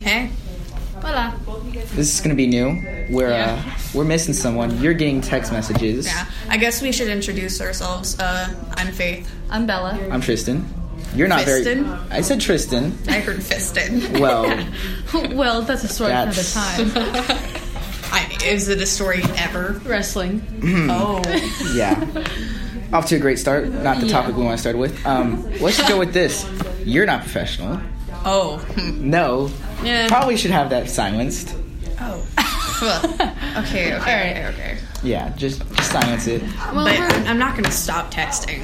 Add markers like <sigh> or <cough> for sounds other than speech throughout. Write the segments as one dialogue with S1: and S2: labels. S1: Hey. Hola.
S2: This is gonna be new. We're
S1: Yeah.
S2: uh, we're missing someone. You're getting text messages.
S1: Yeah. I guess we should introduce ourselves. Uh, I'm Faith.
S3: I'm Bella.
S2: I'm Tristan. You're not
S1: Tristan?
S2: very. I said Tristan.
S1: I heard fisted. <laughs>
S2: Well,
S3: <laughs> well, that's a story
S2: That's-
S3: for another time.
S1: I, is it a story ever?
S3: Wrestling.
S1: Oh.
S2: yeah. Off to a great start. Not the topic we want to start with. Um, let's just go with this. You're not professional.
S1: Oh.
S3: <laughs>
S1: hmm.
S2: No.
S3: Yeah.
S2: Probably should have that silenced.
S1: Oh. Well, okay, okay, okay, okay.
S2: Yeah. Just just silence it.
S3: Well,
S1: But
S3: we're-
S1: I'm not gonna stop texting.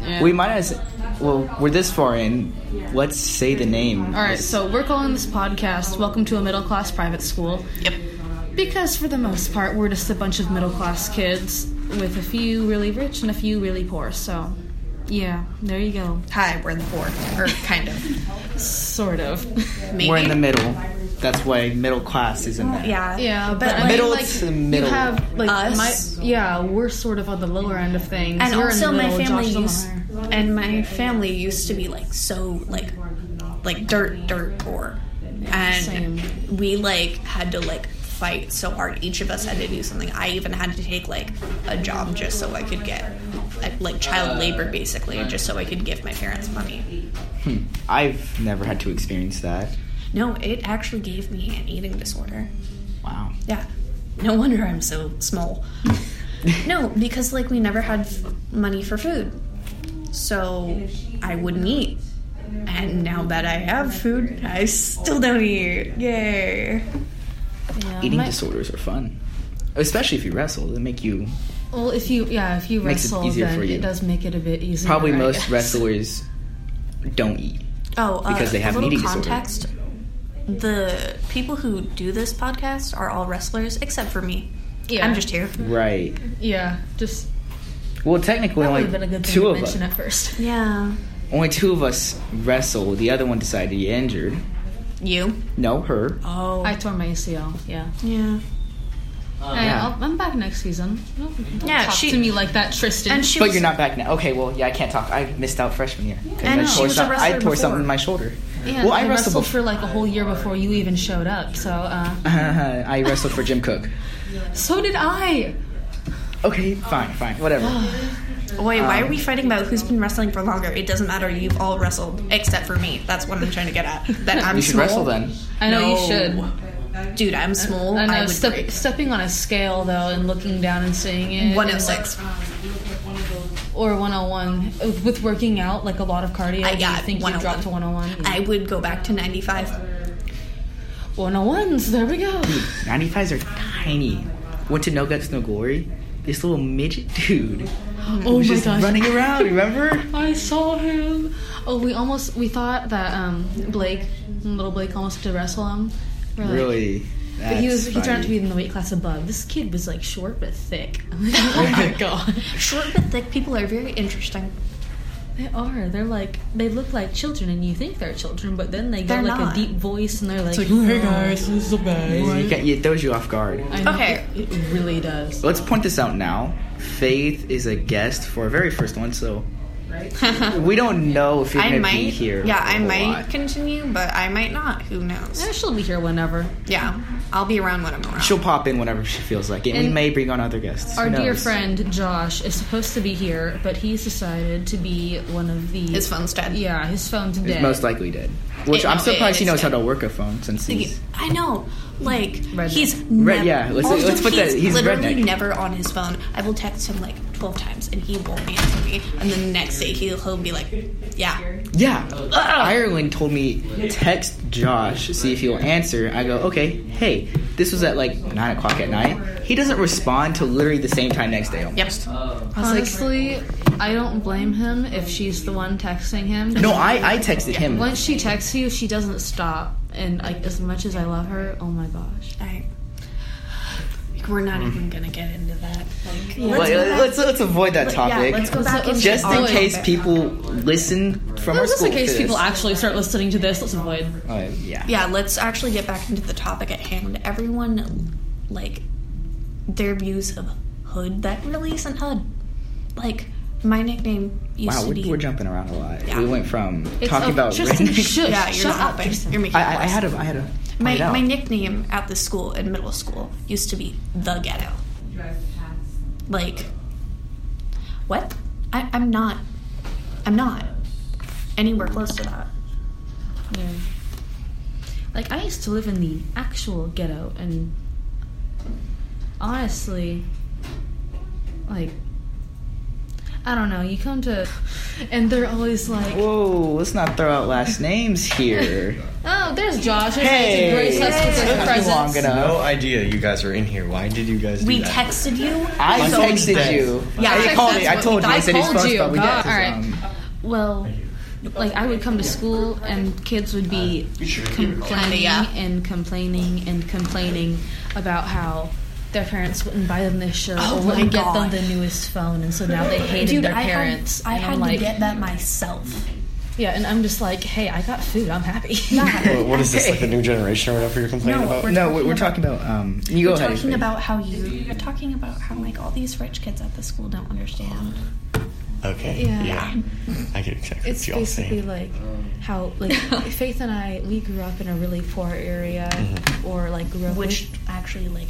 S3: yeah.
S2: We might as. Well, we're this far in. Let's say the name.
S3: All right, so we're calling this podcast "Welcome to a Middle Class Private School"
S1: Yep.
S3: because, for the most part, we're just a bunch of middle class kids with a few really rich and a few really poor. So, yeah, there you go.
S1: Hi, we're in the fourth, or kind of.
S3: Sort of.
S1: Maybe.
S2: We're in the middle. That's why middle class is in there.
S1: Yeah.
S3: <laughs> yeah, but I
S2: middle
S3: mean, like,
S2: to middle.
S3: You have like
S1: Us?
S3: my yeah, we're sort of on the lower end of things,
S1: and
S3: We're in
S1: also
S3: the
S1: my
S3: middle,
S1: family
S3: Josh's on the
S1: used
S3: higher.
S1: and my family used to be like so like like dirt dirt poor and
S3: same.
S1: we like had to like fight so hard each of us had to do something i even had to take like a job just so i could get like, like child labor basically just so i could give my parents money
S2: I've never had to experience that.
S1: no it actually gave me an eating disorder
S2: Wow.
S1: Yeah. No wonder I'm so <laughs> small. no, because like we never had f- money for food. So I wouldn't eat. And now that I have food, I still don't eat. Yay.
S3: Yeah,
S2: Eating
S3: my-
S2: disorders are fun, especially if you wrestle. They make you
S3: Well, if you yeah, if you
S2: Makes it
S3: wrestle,
S2: easier
S3: then
S2: for you.
S3: it does make it a bit easier.
S2: probably
S3: I
S2: most
S3: guess.
S2: wrestlers don't eat.
S1: Oh, uh,
S2: Because they have
S1: a little
S2: an eating disorder.
S1: context. The people who do this podcast are all wrestlers except for me.
S3: Yeah.
S1: I'm just here.
S2: Right.
S3: Yeah, just
S2: Well, technically,
S3: that would
S2: only
S3: have been a good thing
S2: two
S3: to
S2: of us.
S3: mention at first.
S1: Yeah.
S2: Only two of us wrestle. The other one decided to get injured.
S1: You?
S2: No, her.
S1: Oh.
S3: I tore my ACL. Yeah,
S1: yeah.
S3: Hey, I'll, I'm back next season. Don't- don't
S1: Yeah,
S3: talk
S1: she-
S3: to me like that, Tristan.
S1: And she
S2: But
S1: was,
S2: you're not back now. Okay, well, yeah, I can't talk. I missed out freshman year. 'Cause
S1: And
S2: I,
S1: she
S2: tore,
S1: was a
S2: some- I
S1: wrestler
S2: tore
S1: before.
S2: something in my shoulder. <laughs>
S3: yeah,
S2: well, I,
S3: I,
S2: wrestled,
S3: wrestled
S2: bef-
S3: for like a whole year before you even showed up. So, uh,
S2: I wrestled for Jim Cook.
S3: so did I.
S2: Okay, fine, fine, whatever.
S1: Wait, why are we
S2: Um,
S1: fighting about who's been wrestling for longer? It doesn't matter. You've all wrestled except for me. That's what I'm trying to get at. That I'm
S2: You should
S1: small.
S2: wrestle then.
S3: I know you
S1: No.
S3: should.
S1: Dude, I'm small.
S3: I
S1: I,
S3: know.
S1: would
S3: step-
S1: break.
S3: stepping on a scale though, and looking down and seeing it. and,
S1: 106.
S3: like- or 101 with working out like a lot of cardio.
S1: I
S3: do
S1: got
S3: you think you
S1: 101.
S3: dropped to 101.
S1: I would go back to 95.
S3: 101s. There we go.
S2: 95s are tiny. Went to No Guts No Glory. This little midget dude
S3: Oh
S2: was
S3: my
S2: just
S3: gosh.
S2: running around.
S3: <laughs>
S2: Remember?
S3: I saw him. Oh, we almost we thought that um Blake, little Blake, almost had to wrestle him. We're like-
S2: really?
S3: But he was
S2: That's
S3: he turned out to be
S2: funny.
S3: in the weight class above. This kid was like short but thick. <laughs>
S2: <laughs>
S3: I'm like, oh my god.
S1: Short but thick people are very interesting.
S3: They are. They're like they look like children and you think they're children, but then they
S1: They're
S3: get like
S1: not.
S3: a deep voice and they're like,
S4: this is the
S2: You get- It throws you off guard.
S3: "Oh, I know,
S1: Okay.
S3: It, it really does.
S2: Let's point this out now. Faith is a guest for our very first one,
S3: <laughs>
S2: so we don't know if you're
S1: I
S2: gonna
S1: might.
S2: be here.
S1: yeah,
S2: a
S1: I
S2: whole
S1: might
S2: lot.
S1: continue, but I might not. Who knows?
S3: Yeah, she'll be here whenever.
S1: Yeah, I'll be around when I'm around.
S2: She'll pop in whenever she feels like it. And we
S3: And
S2: may bring on other guests. Who
S3: Our dear
S2: knows?
S3: friend Josh is supposed to be here, but he's decided to be one of the
S1: His phone's dead.
S3: Yeah, his phone's dead.
S2: is most likely dead. Which
S1: It-
S2: I'm
S1: no,
S2: surprised
S1: it-
S2: he knows
S1: it's
S2: how
S1: dead.
S2: to work a phone since he's.
S1: I know. Like
S3: Redneck.
S1: he's
S2: Red-
S1: nev-
S2: yeah, let's-
S1: also,
S2: let's put that- he's
S1: literally
S2: redneck.
S1: never on his phone. I will text him like twelve times and he won't answer me. And then the next day he'll he'll be like, yeah,
S2: Yeah. Ireland told me text Josh, see if he'll answer. I go, okay, hey, this was at like 9 o'clock at night. He doesn't respond till literally the same time next day.
S1: yep.
S3: Honestly, I don't blame him if she's the one texting
S1: <laughs>
S3: him.
S2: No, I, I texted him.
S3: Once she texts you, she doesn't stop. And like, as much as I love her, oh my gosh.
S1: I, like, we're not even gonna get into that. Like, let's,
S2: But
S1: go
S2: let's,
S1: back-
S2: let's, avoid that
S1: yeah,
S2: topic.
S1: let's go
S3: Let's-
S1: back.
S3: let's-
S1: into
S2: just in
S1: our
S2: case
S1: topic.
S2: people listen from our
S3: Just
S2: school.
S3: in
S2: to
S3: case
S2: this.
S3: people actually start listening to this, let's avoid.
S2: Uh, yeah.
S1: Yeah, let's actually get back into the topic at hand. Everyone, like, their views of hood that really isn't hood. Like, my nickname used
S2: Wow,
S1: to be.
S2: we're, we're jumping around a lot.
S1: Yeah.
S2: We went from
S3: It's
S2: talking
S3: a-
S2: about
S3: Tristan,
S2: redneck.
S3: shush,
S1: yeah, you're
S3: shut
S1: not
S3: up,
S1: helping.
S3: Tristan.
S1: You're making
S2: <laughs> I, I, I
S1: it worse.
S2: had a I had a
S1: My,
S2: Find out.
S1: my nickname at the school in middle school used to be the ghetto. Like, what? I, I'm not. I'm not anywhere close to that.
S3: Yeah. Like I used to live in the actual ghetto, and honestly, like I don't know. You come to, and they're always like,
S2: Whoa, let's not throw out last names here.
S3: "Oh, there's Josh. There's
S2: hey,
S3: Nancy Grace. Let's
S2: took
S3: put
S2: you
S3: their presents."
S2: long
S4: No
S2: enough.
S4: idea you guys are in here. Why did you guys do
S1: We
S4: that?
S1: texted you.
S2: I
S4: I told
S2: texted
S4: you.
S2: you.
S1: Yeah,
S2: I
S1: I
S2: called
S1: texted
S2: you. I
S1: what
S2: told you.
S3: I
S2: I said he's
S3: told
S2: supposed
S3: you.
S2: but we
S1: Oh,
S3: God,
S2: got
S3: all right.
S2: um,
S3: Well, like I would come to school and kids would be
S4: Uh,
S3: complaining
S1: Yeah.
S3: and complaining and complaining about how their parents wouldn't buy them this shirt
S1: Oh
S3: or
S1: my
S3: wouldn't get them
S1: God.
S3: the newest phone, and so now they hated
S1: Dude,
S3: their
S1: I
S3: parents.
S1: had, I
S3: and
S1: had
S3: I'm
S1: to
S3: like,
S1: get that myself.
S3: yeah, and I'm just like, hey, I got food. I'm
S1: <laughs>
S3: happy.
S4: What- what is this, like the new generation or whatever you're complaining
S1: Oh, No,
S4: about?
S1: we're-
S2: No, we're, we're talking about um. You go
S1: We're
S2: ahead.
S1: talking
S2: Avery.
S1: about how you. We're talking about how like all these rich kids at the school don't understand.
S4: Okay.
S3: Yeah.
S4: Yeah. I get
S3: <laughs>
S4: exactly
S3: It's
S4: what y'all
S3: basically
S4: saying.
S3: like how
S1: <laughs>
S3: like Faith and I we grew up in a really poor area
S4: Mhm.
S3: or like grew up
S1: which
S3: with-
S1: actually like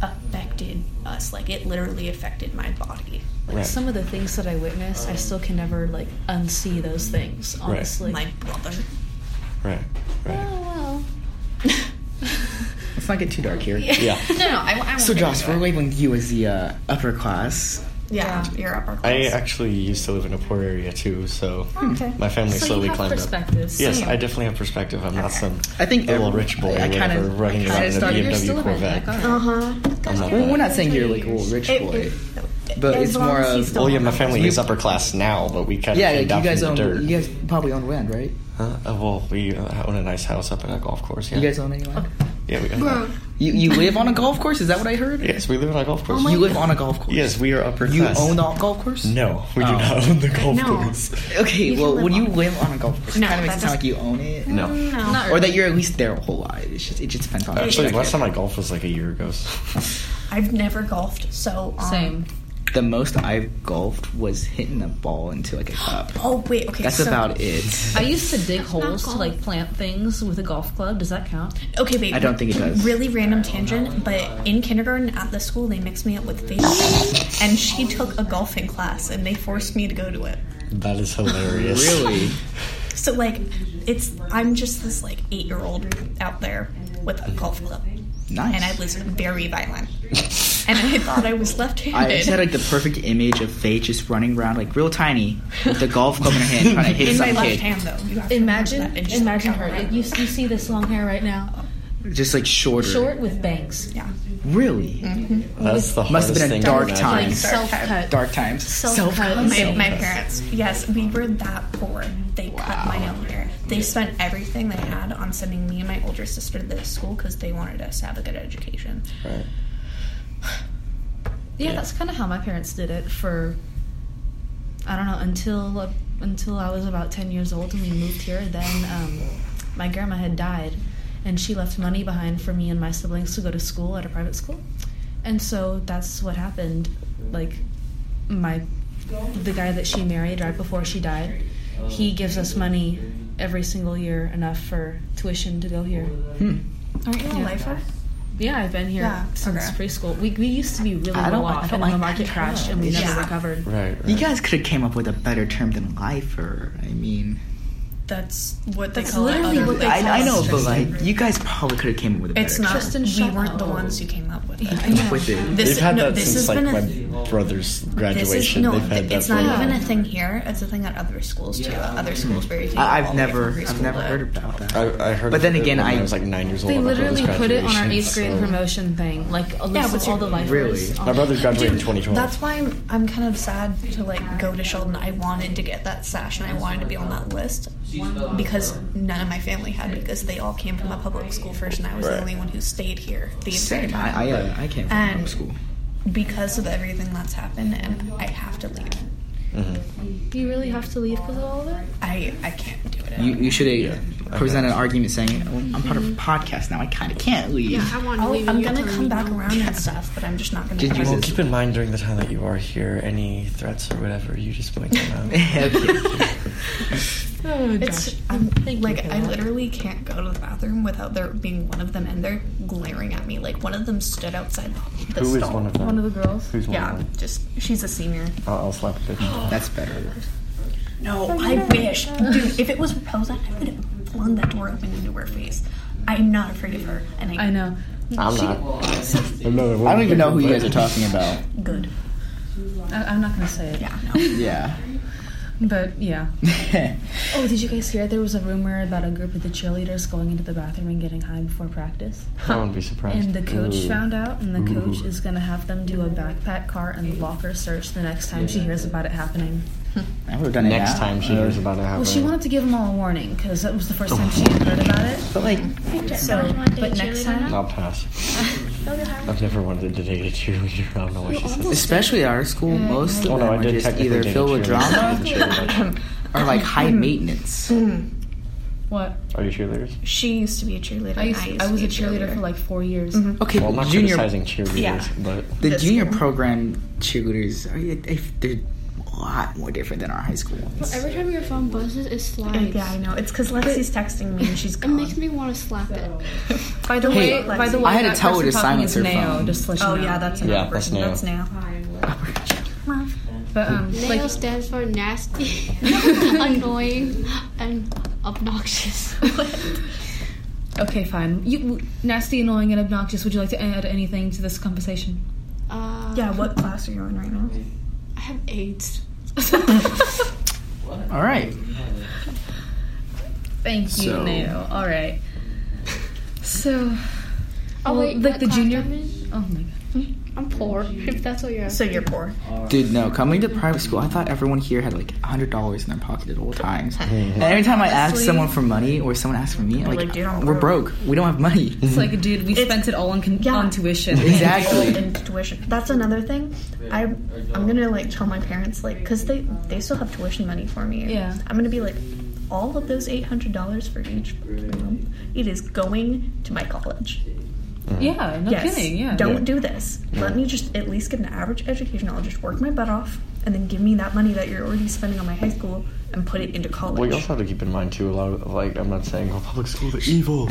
S1: affected us like it literally affected my body
S3: like
S4: Right.
S3: some of the things that I witnessed I still can never like unsee those things
S4: Right.
S3: honestly
S1: my brother
S4: right. Right.
S3: oh well
S2: Let's not get too dark here.
S4: Yeah.
S1: no <laughs> no i, I won't
S2: So
S1: get
S2: Josh,
S1: into
S2: we're
S1: it.
S2: labeling you as the uh, upper class.
S1: yeah, you're upper
S4: I
S1: class
S4: actually used to live in a poor area too, so
S2: Hmm.
S1: okay
S4: my family
S3: So you
S4: slowly
S3: have
S4: climbed
S3: perspective,
S4: up. Yes,
S3: same.
S4: I definitely have perspective. I'm not some
S2: I think
S4: little
S2: every-
S4: rich
S2: I-
S4: boy
S2: I
S4: or
S2: kinda-
S4: whatever
S2: I
S4: running
S2: kinda
S4: around in a
S2: started-
S3: you're still Oh
S4: BMW
S3: living like
S4: Corvette.
S3: that.
S1: uh-huh
S4: I'm not
S2: Well, we're
S4: that.
S2: not saying you're like a little rich
S1: It-
S2: boy.
S1: it-
S2: But
S1: as
S2: it's
S1: long
S2: more
S1: as
S2: of-
S1: he's still
S4: Well, yeah, my
S1: upper
S4: family
S1: class.
S4: is upper class now, but we kind of
S2: Yeah,
S4: came
S2: like
S4: down
S2: you guys
S4: from
S2: own.
S4: the dirt.
S2: You guys probably own land, right?
S4: Huh? Uh, well, we uh, own a nice house up in a golf course. Yeah.
S2: You guys own any land?
S4: Yeah, we own
S1: Bro.
S4: that.
S2: You you live on a golf course? Is that what I heard?
S4: Yes, we live on a golf
S1: Oh
S4: course.
S2: You live on a golf course.
S4: Yes, we are upper
S2: You
S4: class.
S2: own the golf course?
S4: No, we
S2: Oh.
S4: do not own the golf
S1: No.
S4: course.
S2: Okay,
S1: You can
S2: well,
S1: live
S2: when you
S1: on it.
S2: live on a golf course, it
S1: No,
S2: kind of makes it
S1: that
S2: sound like
S1: does-
S2: you own it,
S4: No.
S1: no
S3: Not
S2: or that you're at least there a whole lot. It's just it just depends on.
S4: Actually,
S2: the
S4: last time I golfed was like a year ago. so- <laughs>
S1: i've never golfed so um,
S3: same
S2: the most I've golfed was hitting a ball into like a cup.
S1: oh wait okay
S2: That's
S1: so,
S2: about it.
S3: I used to dig holes to
S1: golf.
S3: like plant things with a golf club does that count
S1: okay wait
S2: I don't think it does.
S1: really random tangent but in kindergarten at the school they mixed me up with Faith and she took a golfing class and they forced me to go to it
S4: that is hilarious. <laughs>
S2: Really?
S1: So like, it's I'm just this like eight year old out there with a golf club,
S2: Nice.
S1: and I was very violent, and I thought I was left
S2: I just had
S1: handed.
S2: like the perfect image of Faye just running around like real tiny with the golf club in her hand trying to
S1: <laughs>
S2: hit
S1: In my
S2: some
S1: left
S2: kid.
S1: hand though, you have to remember
S3: imagine
S1: that. It just
S3: imagine
S1: come
S3: her
S1: around.
S3: you, you see this long hair right now
S2: Just like shorter.
S3: short with bangs
S1: yeah.
S2: Really?
S1: Mm-hmm.
S4: That's the
S2: Must
S4: hardest
S2: have been a
S4: thing.
S2: dark
S4: to imagine.
S2: time.
S3: like
S2: Dark
S3: self cut
S2: Dark times.
S3: Self-cut.
S2: Self-cut.
S1: My, my parents, yes, we were that poor. They cut my own hair. They spent everything they had on sending me and my older sister to this school because they wanted us to have a good education.
S4: Right.
S3: yeah,
S4: Yeah.
S3: that's kind of how my parents did it for i don't know until until i was about 10 years old and we moved here then um, my grandma had died and she left money behind for me and my siblings to go to school at a private school and so that's what happened like my the guy that she married right before she died he gives us money every single year enough for tuition to go here
S2: Hmm.
S1: Aren't you a lifer?
S3: Yeah, I've been here
S1: Yeah,
S3: since
S1: okay.
S3: preschool. We, we used to be really
S2: I don't
S3: low
S2: like- I
S3: off,
S2: don't
S3: and
S2: like
S3: the
S2: that
S3: market
S2: term.
S3: crashed, and we
S1: Yeah.
S3: never recovered.
S4: Right. right.
S2: You guys could have came up with a better term than lifer. I mean,
S1: That's what they
S3: That's
S1: call it.
S3: literally
S1: other
S3: what they
S1: places.
S3: call
S2: I, I know,
S3: us
S2: but like, you guys probably could have came up with a better
S1: It's not.
S2: term.
S3: Tristan,
S1: we
S3: shut
S1: weren't the
S3: up.
S1: ones who came up with
S3: <laughs> I
S1: it.
S3: know.
S2: With it.
S1: This,
S4: They've had
S1: no,
S4: that
S1: this
S4: since
S1: has
S4: like
S1: been
S4: my
S1: a, th-
S4: brother's
S1: this is
S4: graduation.
S1: no,
S4: They've had
S1: th-
S4: that
S1: it's
S4: for
S1: not
S4: a while.
S1: even a thing here. It's a thing at other schools too. Other schools where you can.
S2: I,
S1: go
S2: I've
S1: all the way
S2: never,
S1: from high
S2: I've
S1: school
S2: never
S1: to-
S2: heard about that.
S4: I, I heard.
S2: But then
S4: of it
S2: again,
S4: when
S2: I-
S4: I was like nine years old.
S3: They
S4: at my brother's
S3: literally put it on our
S4: graduation,
S3: eighth grade
S4: so-
S3: promotion thing, like a list
S1: but
S3: of all
S1: you-
S3: the Um, lifers.
S2: Really?
S3: on
S4: My brother's graduated in
S1: Oh, Dude,
S4: 2012.
S1: That's why I'm, I'm kind of sad to like go to Sheldon. I wanted to get that sash and I wanted to be on that list because none of my family had because they all came from a public school first and I was
S4: Right.
S1: the only one who stayed here the entire
S2: Same.
S1: time.
S2: I, I, uh, I came from
S1: And-
S2: public school.
S1: because of everything that's happened and I have to leave.
S4: Mhm.
S3: You really have to leave because of all that?
S1: I I can't do it.
S2: You, you should
S4: Yeah,
S2: have
S4: I
S2: presented an
S4: know.
S2: argument saying, well, I'm part of a podcast now. I kind of can't leave. <laughs>
S5: want
S1: I'll, Oh, I'm gonna come back around and stuff, but I'm just not gonna.
S2: Did you-
S4: Well, keep in mind during the
S2: <laughs>
S4: time
S1: <laughs>
S4: that you are here, any threats or whatever, you just might come out.
S2: Okay.
S3: Oh,
S1: It's
S3: I'm
S1: like I literally can't go to the bathroom without there being one of them and they're glaring at me. Like one of them stood outside the, the
S4: Who is
S1: stall.
S4: one of them?
S3: One of the girls.
S4: Who's one of
S1: Yeah,
S4: them?
S1: just she's a senior.
S4: I'll, I'll slap a bitch.
S2: That's better.
S1: No, I wish, dude. If it was Rosa, I would have flung that door open into her face. I'm not afraid of her, and I,
S3: I know.
S4: I'm
S3: She-
S4: not.
S2: I don't even know who you guys are talking about.
S1: good.
S3: I, I'm not gonna say it.
S1: Yeah, no.
S2: Yeah. <laughs>
S3: But yeah. Oh, did you guys hear there was a rumor about a group of the cheerleaders going into the bathroom and getting high before practice?
S4: I wouldn't be surprised.
S3: And the coach
S4: Ooh.
S3: found out, and the coach
S4: Ooh.
S3: is gonna have them do a backpack cart and locker search the next time she hears about it happening.
S2: I would have done it
S4: Next
S2: now.
S4: time she hears about it happening.
S3: Well, she wanted to give them all a warning because that was the first time she
S2: Oh.
S3: had heard about it.
S2: But like,
S3: So, but next time,
S4: I'll pass. I've never wanted to date a cheerleader. I don't know why she said.
S2: especially at our school, most of
S4: Oh
S2: them
S4: no, I
S2: are
S4: did
S2: just
S4: technically
S2: either
S4: date a
S2: filled with
S4: <laughs>
S2: drama
S4: cheerleader.
S2: or like high
S1: Hmm.
S2: maintenance.
S3: what?
S4: Are you cheerleaders?
S1: she used to be a cheerleader.
S3: I, used, I was a cheerleader for like four years.
S2: Okay,
S4: Well, I'm not
S2: junior.
S4: criticizing cheerleaders,
S1: Yeah.
S4: but
S2: The
S1: This
S2: junior
S1: year.
S2: program cheerleaders are they- they're a lot more different than our high school ones.
S5: Every time your phone buzzes, it slides.
S1: Yeah, I know. It's because Lexi's texting me and she's
S3: <laughs>
S5: It
S3: Oh,
S1: gone.
S5: makes me want to slap it.
S3: By the
S2: Hey,
S3: way, by the way,
S2: I had to
S3: that
S2: tell her
S3: person
S2: to
S3: talking
S2: silence
S3: is
S2: her
S3: Nao,
S2: phone.
S3: Just to let you
S1: oh
S3: know.
S1: yeah, that's
S4: Yeah,
S1: another
S4: that's
S1: person.
S4: now.
S1: That's now.
S3: But um,
S5: Nail
S3: like,
S5: stands for
S3: <laughs>
S5: nasty, annoying, and
S3: <laughs>
S5: obnoxious.
S3: okay, fine. You nasty, annoying, and obnoxious. Would you like to add anything to this conversation? <laughs>
S5: Uh,
S1: Yeah, what class are you in right now?
S5: I have AIDS.
S2: <laughs> All right.
S3: Thank you,
S2: So-
S3: Nao. All right. So,
S5: Oh
S3: Well,
S5: wait,
S3: like
S5: what
S3: the
S5: class
S3: junior-
S5: I'm, in?
S3: oh my god.
S5: I'm
S3: <laughs>
S5: poor. If that's what you're.
S1: So you're poor.
S2: Dude, no. Coming to private school, I thought everyone here had like hundred dollars in their pocket at all
S5: <laughs>
S2: times. and every time I ask someone for money or someone asks for me, I'm like,
S1: like, you don't
S2: we're
S1: broke."
S2: broke. We don't have
S4: <laughs>
S2: money.
S3: It's like, dude, we spent it all on, con-
S1: Yeah.
S3: on tuition.
S5: <laughs>
S2: exactly.
S1: into tuition. That's another thing. I I'm gonna like tell my parents like because they they still have tuition money for me.
S3: Yeah.
S1: I'm gonna be like all of those eight hundred dollars for each fucking month. It is going to my college.
S3: Yeah, no
S1: yes.
S3: kidding. Yeah.
S1: Don't do this. Let me just at least get an average education. I'll just work my butt off and then give me that money that you're already spending on my high school and put it into college.
S4: well, you also have to keep in mind too. A lot of like, I'm not saying oh, public schools are evil.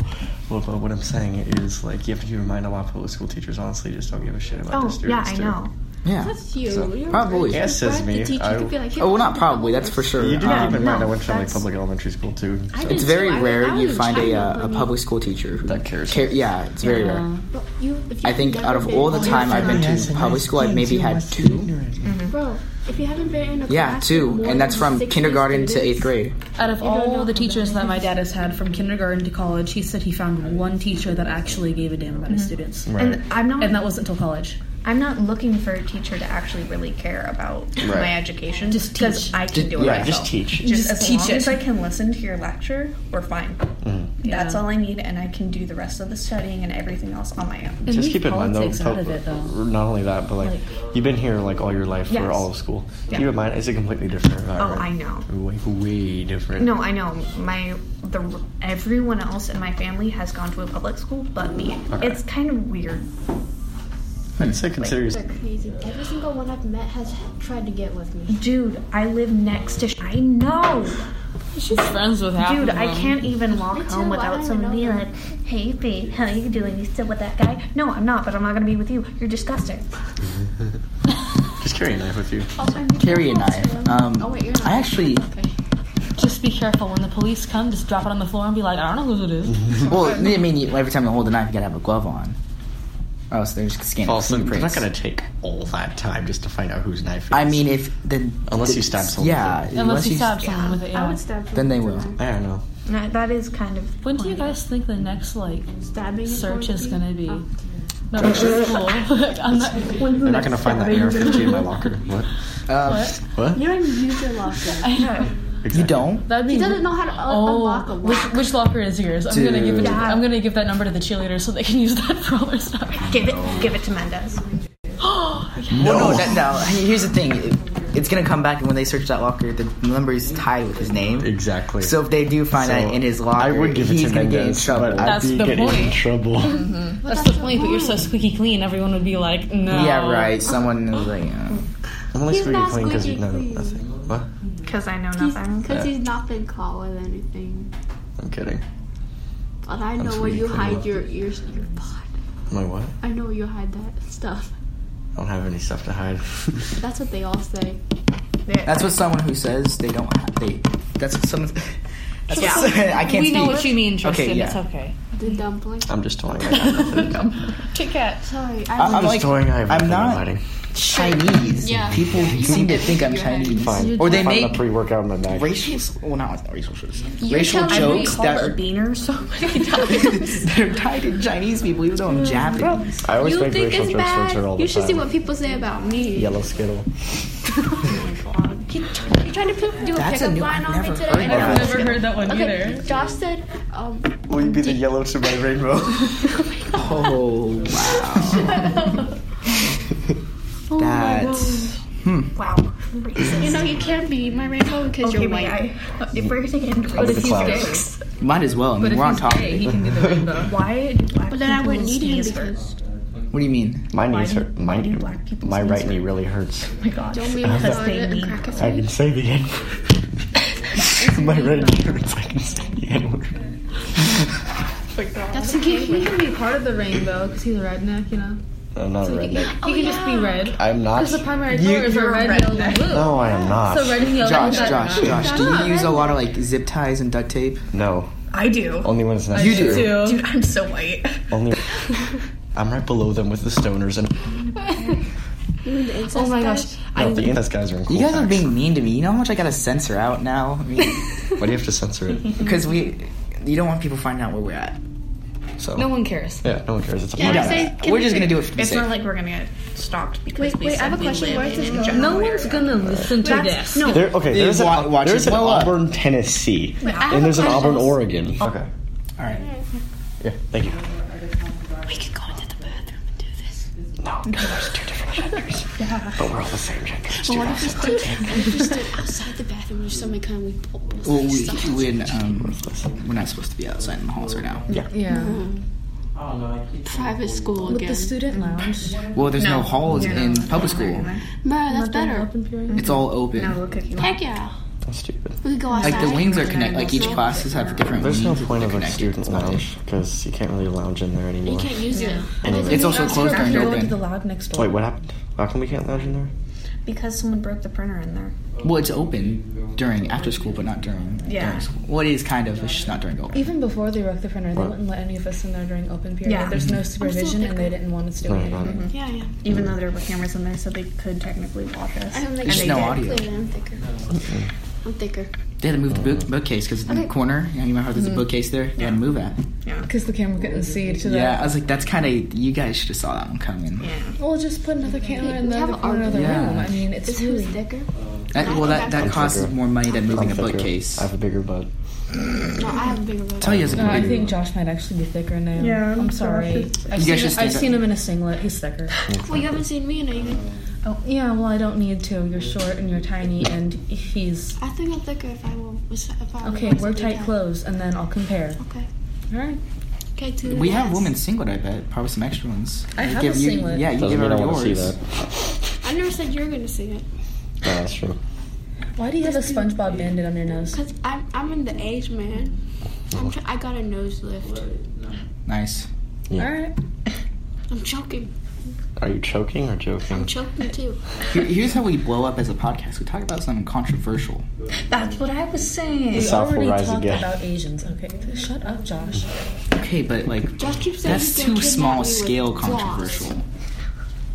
S4: Well, but what I'm saying is like, you have to keep in mind a lot of public school teachers honestly just don't give a shit about their
S1: oh yeah,
S4: students.
S1: I
S4: too.
S1: know.
S2: Yeah.
S5: That's you.
S4: So-
S5: You're
S2: Probably.
S5: right.
S2: Yeah,
S4: it says
S5: But
S4: me.
S5: The teacher
S4: I-
S5: could be like, "Here,
S2: Oh, well, not
S5: come
S2: probably.
S5: on."
S2: That's for sure. Um,
S4: You didn't
S1: Yeah,
S4: keep in mind I
S1: no,
S4: went to like
S1: that's-
S4: public elementary school too.
S5: I
S4: so
S5: did
S2: It's
S5: too.
S2: very
S5: I-
S2: rare
S5: I
S2: you
S5: was
S2: find a,
S5: China,
S2: uh, a
S5: but
S2: public school teacher who
S4: That cares.
S2: Care, yeah, it's very rare.
S5: Bro, you, if you
S2: I think
S5: had
S2: out
S5: never
S2: of
S5: been
S2: all the
S5: in a
S2: time I've been
S5: class-
S2: to public school, I've maybe had two.
S1: Mm-hmm.
S5: Bro, if you haven't been in a
S2: Yeah,
S5: class with
S2: two,
S5: more
S2: and that's
S5: than
S2: from
S5: 60
S2: kindergarten to
S5: students-
S2: eighth grade.
S3: Out of
S5: don't
S3: all
S5: know
S3: the
S5: how
S3: teachers
S5: bad
S3: that my dad has had from kindergarten to college, he said he found one teacher that actually gave a damn about his
S5: Mm-hmm.
S3: students.
S4: Right.
S1: I'm not
S3: And that wasn't until college.
S1: I'm not looking for a teacher to actually really care about my education.
S3: Just
S1: because
S3: teach.
S1: I can do it
S4: Yeah,
S1: myself.
S4: just teach.
S1: Just,
S3: Just
S1: as
S3: teach
S1: long
S3: it.
S1: as I can listen to your lecture, we're fine.
S4: Mm.
S1: That's
S3: Yeah.
S1: all I need, and I can do the rest of the studying and everything else on my own.
S3: And
S4: Just
S3: leave
S4: keep in mind though,
S3: politics out of it, though.
S4: not only that, but like, you've been here like all your life
S1: Yes.
S4: for all of school.
S1: Yeah. Oh,
S4: Keep in mind it's a completely different environment.
S1: I know.
S4: Way, way different.
S1: No, I know my the everyone else in my family has gone to a public school, but me.
S4: Okay.
S1: It's kind of weird.
S4: I'd say consider yourself.
S5: They're crazy. Every single one I've met has tried to get with me.
S1: Dude, I live next to. Sh- I know.
S3: She's friends with half
S1: Dude, I can't even walk
S5: Me too,
S1: home
S5: I
S1: without
S5: don't
S1: someone
S5: know
S1: being
S5: them.
S1: like, "Hey, babe, how you doing? You still with that guy?" No, I'm not. But I'm not gonna be with you. You're disgusting.
S4: Just carry a knife with you.
S2: Carrie and I. Um,
S5: Oh, wait, you're not.
S2: I actually,
S3: Just be careful when the police come. Just drop it on the floor and be like, I don't know who it is.
S2: well, I mean, you- every time you hold a knife, you gotta have a glove on. Or else they're just scanning
S4: Also, it's not
S2: fingerprints.
S4: gonna take all that time just to find out whose knife it is.
S2: I mean, if the
S4: Unless
S2: the-
S4: you stab someone.
S2: yeah,
S3: Unless you stab
S1: yeah.
S3: someone with it. Yeah.
S5: I would stab.
S2: then they will.
S4: I don't know.
S1: No, that is kind of.
S3: when do you guys think the next like
S5: Stabbing is
S3: search
S5: going
S3: is
S5: to
S3: gonna be? No, but it's <laughs> cool. I'm not-
S4: They're not gonna find that AR-15 in my locker. What?
S2: Um,
S4: What?
S5: You don't even use your locker.
S3: I know.
S2: you
S4: Exactly.
S2: don't.
S3: That'd be.
S5: He doesn't know how to un- unlock a
S3: Oh,
S5: lock.
S3: which, which locker is yours? I'm gonna give it. To,
S2: Dude.
S3: I'm gonna give that number to the cheerleaders so they can <laughs> use that for all their stuff.
S1: Give it, give it to Mendez.
S2: Well, no, that, no. Here's the thing. It- It's gonna come back, and when they search that locker, the number is tied with his name.
S4: Exactly.
S2: So if they do find
S4: So,
S2: that in his locker,
S4: I would give
S2: he's
S4: it to
S2: gonna get in
S4: Mendez,
S2: trouble.
S4: But I'd
S3: That's
S4: be
S3: the
S4: getting in
S3: point.
S4: trouble.
S5: Mm-hmm.
S3: That's the point. But you're so squeaky clean. Everyone would be like, no.
S2: yeah, right. Someone is like, uh,
S4: Unless
S5: He's
S4: we
S5: not
S4: get clean because you
S5: squeaky
S4: know
S5: clean.
S4: nothing. What?
S1: because I know nothing.
S5: Because
S4: Yeah.
S5: he's not been caught with anything.
S4: I'm kidding.
S5: But I
S4: I'm
S5: know
S4: sure
S5: where
S4: you
S5: you
S4: can
S5: hide
S4: look.
S5: your ears, your pod.
S4: I'm like, what?
S5: I know where you hide that stuff.
S4: I don't have any stuff to hide.
S5: <laughs> That's what they all say.
S1: Yeah.
S2: That's what someone who says they don't have. They. That's what someone. <laughs> That's what I can't.
S3: we know
S2: speak.
S3: what you mean, Tristan.
S2: Okay, yeah.
S3: It's okay.
S5: The dumpling.
S4: I'm just
S5: <laughs>
S4: toying. I have nothing.
S3: Kit Kat.
S5: Sorry,
S2: I'm
S5: I
S4: I'm
S5: was
S4: just
S2: like-
S4: toying. I have
S2: I'm
S4: nothing
S2: not-
S4: hiding.
S2: Chinese.
S5: Yeah.
S2: People
S5: Yeah, you
S2: seem to
S5: have
S2: think
S5: to
S2: I'm
S5: keep your head.
S2: Chinese.
S4: Fine.
S2: Or they
S4: Find
S2: make
S4: a pre-workout in my bag.
S2: racial. Well, not racial jokes.
S5: You're
S2: racial
S5: telling me-
S2: jokes
S1: Called
S2: that
S1: a
S2: are,
S1: beaner
S2: <laughs>
S1: so many times.
S2: that are tied to Chinese people, even though I'm Japanese.
S4: I always
S5: You
S4: make
S5: think
S4: racial
S5: it's
S4: jokes towards her all
S5: bad?
S4: the
S5: You should
S4: time.
S5: see what people say about me.
S4: Yellow Skittle.
S5: He, he tried to poop, do a
S2: That's a
S5: pickup
S2: new-
S5: line
S2: I've
S5: on me
S2: never
S5: today.
S2: heard
S5: and
S4: that.
S5: I
S4: I've
S5: was-
S4: never
S3: heard that one
S5: okay, Josh said, um,
S4: Will you be the yellow to my
S5: <laughs>
S4: rainbow?
S2: Oh wow. That's hmm.
S1: wow.
S5: you know, you can't be my rainbow because
S1: Okay,
S5: you're
S1: wait.
S5: white.
S1: I, if we're gonna get into
S4: Under
S1: this,
S4: the clouds.
S2: Might as well. I mean, we're on top. of it.
S3: can
S2: <laughs>
S3: do the rainbow.
S1: why do black
S5: But then I wouldn't
S1: people's
S5: need him
S1: knees hurt?
S5: because
S2: What do you mean?
S4: My knees
S1: do-
S4: hurt. My
S1: why do
S4: knee,
S1: black people's
S4: my
S1: knees
S4: right
S1: hurt?
S4: knee really hurts.
S1: Oh my god.
S5: don't be
S1: Because
S5: retarded
S1: they
S5: and
S1: mean-
S5: crack us
S4: I can say the N word. <laughs> my right knee hurts. I can say the N word.
S5: That's a gift.
S3: He can be part of the rainbow because he's a redneck, you know.
S4: I'm not a redneck.
S5: Oh,
S3: he can just be
S5: yeah.
S3: red.
S4: I'm not.
S3: Because the primary
S2: You-
S3: colors are
S1: you're a
S3: red, yellow, and blue.
S4: No, I am not.
S3: So red and yellow.
S2: Josh,
S3: and
S2: Josh, Josh, do
S5: Shut
S2: you
S5: up.
S2: use a lot of like zip ties and duct tape?
S4: No,
S1: I do.
S4: only when it's not
S2: You
S4: true.
S2: do.
S1: Dude, I'm so white.
S4: Only.
S3: <laughs>
S4: I'm right below them with the stoners and
S5: Oh my gosh.
S4: no, the incest guys are in cool.
S2: You guys are
S4: facts.
S2: being mean to me. You know how much I gotta censor out now? I mean,
S4: Why do you have to censor
S1: <laughs>
S4: it?
S2: because we, you don't want people finding out where we're at.
S4: So
S3: No one cares.
S4: Yeah, no one cares. It's a
S5: Yeah,
S2: We don't.
S5: I
S4: podcast.
S5: say- can
S2: we're
S5: we
S2: just
S5: say-
S2: gonna do it for the
S1: It's
S2: sake.
S1: not like we're gonna get stopped because
S5: Wait,
S1: we
S5: wait, I
S1: said
S5: have a
S1: we
S5: question.
S1: live
S5: Where is
S1: in
S5: this
S1: an
S5: going?
S1: general
S3: No one's
S1: area.
S3: gonna listen to
S1: That's-
S3: this.
S1: no.
S4: There, okay,
S2: They
S4: there's an,
S2: wa- watch
S4: there's
S2: it uh,
S4: an
S2: blow up.
S4: Auburn, Tennessee,
S5: Wait, I have
S4: and
S5: a
S4: there's an
S5: question.
S4: Auburn, Oregon. Okay.
S2: All right.
S4: Yeah. Thank you.
S1: We could go into the bathroom and do this.
S4: No, <laughs> there's two different genders. But we're all the same gender. It's
S5: What
S4: two
S5: if we stood, what if we stood outside the bathroom or something kind of we pulled
S2: Well, we, we're, um, we're not supposed to be outside in the halls right now.
S3: Yeah.
S5: private school
S3: With
S5: again?
S3: the student lounge.
S2: Well, there's no,
S1: No,
S2: halls
S1: you're not
S2: in
S1: allowed
S2: public school.
S5: Bruh, that's
S3: Not that
S5: better.
S3: open period.
S2: It's all open.
S1: No, we'll cook you.
S5: Heck yeah.
S4: That's stupid.
S5: We could go outside.
S2: Like the wings are connect.
S1: Yeah,
S2: Like each
S1: no.
S2: classes have different.
S4: There's no
S2: wings
S4: point
S2: that
S4: of
S2: are
S4: a
S2: connected.
S4: student
S2: It's not-
S4: lounge because you can't really lounge in there
S5: You
S4: anymore.
S5: can't use it.
S4: Anyway.
S2: It's also closed during
S3: After
S2: the
S3: we went to the
S2: open.
S3: loud next door.
S4: Wait, what happened? How come we can't lounge in there?
S1: Because someone broke the printer in there.
S2: Well, it's open during after school, but not during.
S1: Yeah.
S2: During school. Well, it is kind of. It's just not during open.
S3: Even before they wrecked the printer, they
S4: Right.
S3: wouldn't let any of us in there during open period.
S1: Yeah.
S3: There's no supervision, and they didn't want us doing
S4: Right,
S3: it.
S4: right.
S1: Mm-hmm.
S5: Yeah, yeah.
S1: Even though there were cameras in there, so they could technically watch us.
S5: I don't like
S2: There's
S5: it.
S2: no
S5: Clean
S2: audio.
S5: it, I'm thicker. I'm thicker.
S2: They had to move the book, bookcase because in the corner, you know, you remember how there's a bookcase there? They had to move that.
S1: Yeah.
S3: Because the camera couldn't see to
S2: Yeah, I
S3: that.
S2: was like, that's kind of. You guys should have saw that one coming.
S1: Yeah.
S3: Well, just put another camera in
S5: We
S3: the
S5: have
S3: other
S5: an
S3: corner of the
S2: argument.
S3: room.
S2: Yeah.
S3: I mean, it's
S5: Is
S3: really
S5: who's thicker?
S6: Um,
S2: That, well, that, that
S4: I'm
S2: costs
S4: thicker.
S2: more money than moving a
S4: I'm thicker.
S2: bookcase.
S4: I have a bigger butt.
S5: No, I have a bigger butt.
S2: tell you, it's a
S3: No, I
S2: bigger.
S3: think Josh might actually be thicker now.
S1: Yeah,
S3: I'm,
S1: I'm
S3: sorry. I've,
S2: You guys
S3: seen,
S2: should
S3: him, I've
S2: stand
S3: seen
S2: up.
S3: him in a singlet. He's thicker.
S5: Well, you haven't seen me in anything.
S3: oh, yeah. Well, I don't need to. You're short and you're tiny, and he's
S5: I think I'm thicker if I will. If I were
S3: okay.
S5: once
S3: Wear
S5: to do
S3: tight
S5: that.
S3: clothes, and then I'll compare.
S5: Okay.
S3: All right.
S5: Okay, two.
S2: We have
S5: yes.
S2: women's singlet, I bet. Probably some extra ones.
S3: I
S2: You
S3: have
S2: give-
S3: a
S2: you-
S3: singlet.
S2: Yeah, you
S4: Doesn't
S2: give
S4: mean
S2: her
S4: I want to see
S2: yours.
S4: that. <laughs>
S5: I never said you were gonna see it.
S4: No, that's true.
S3: Why do you have a SpongeBob bandit on your nose?
S5: Cause I'm I'm in the age, man. I'm tr- I got a nose lift.
S2: Nice.
S3: All right.
S5: I'm choking.
S4: Are you choking or joking?
S5: I'm choking too.
S2: Here- Here's how we blow up as a podcast. We talk about something controversial.
S1: That's what I was
S3: We
S2: Hmm.
S1: saying.
S4: Yes. South will
S3: already
S4: rise
S3: talked
S4: again.
S3: about Asians. Okay, shut up, Josh.
S2: Okay, but like
S5: Josh keeps saying he's
S2: that's
S5: gonna
S2: too
S5: kidnap me
S2: small
S5: with
S2: scale
S5: floss.
S2: controversial.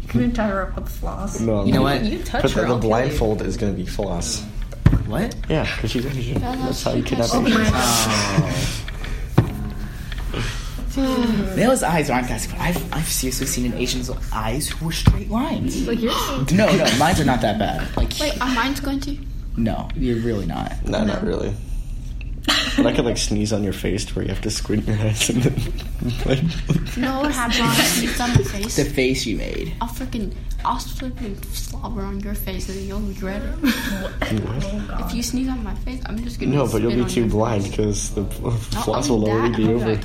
S1: Can we tie her up with floss?
S4: no, I'm
S2: You know
S4: not.
S2: what?
S3: You touch
S4: But
S3: her.
S4: the, the
S3: I'll kill you.
S4: blindfold is going to be floss.
S2: What?
S4: Yeah, because you, you, that's how you kidnap
S5: Oh
S4: Asians.
S3: Oh.
S2: Male's eyes aren't that bad. I've, I've seriously seen an Asian's eyes who were straight lines.
S3: Like
S5: <gasps>
S3: you're
S2: No, no, mine's are not that bad. Like,
S5: Wait, uh, mine's going to.
S2: no, you're really not.
S4: No, not really. But I could like sneeze on your face to where you have to squint your eyes and then. <laughs>
S5: No, it has on. It's on my face.
S2: The face you made.
S5: I'll freaking, I'll freaking slobber on your face and you'll regret it.
S2: <laughs>
S5: If you sneeze on my face, I'm just gonna.
S4: no, but you'll
S5: spit
S4: be
S5: on
S4: too
S5: your- Oh,
S4: blind because the the
S5: I'll-
S4: floss
S5: I'll
S4: will
S5: do
S4: already
S5: that.
S4: be
S5: I'll
S4: over.
S5: like,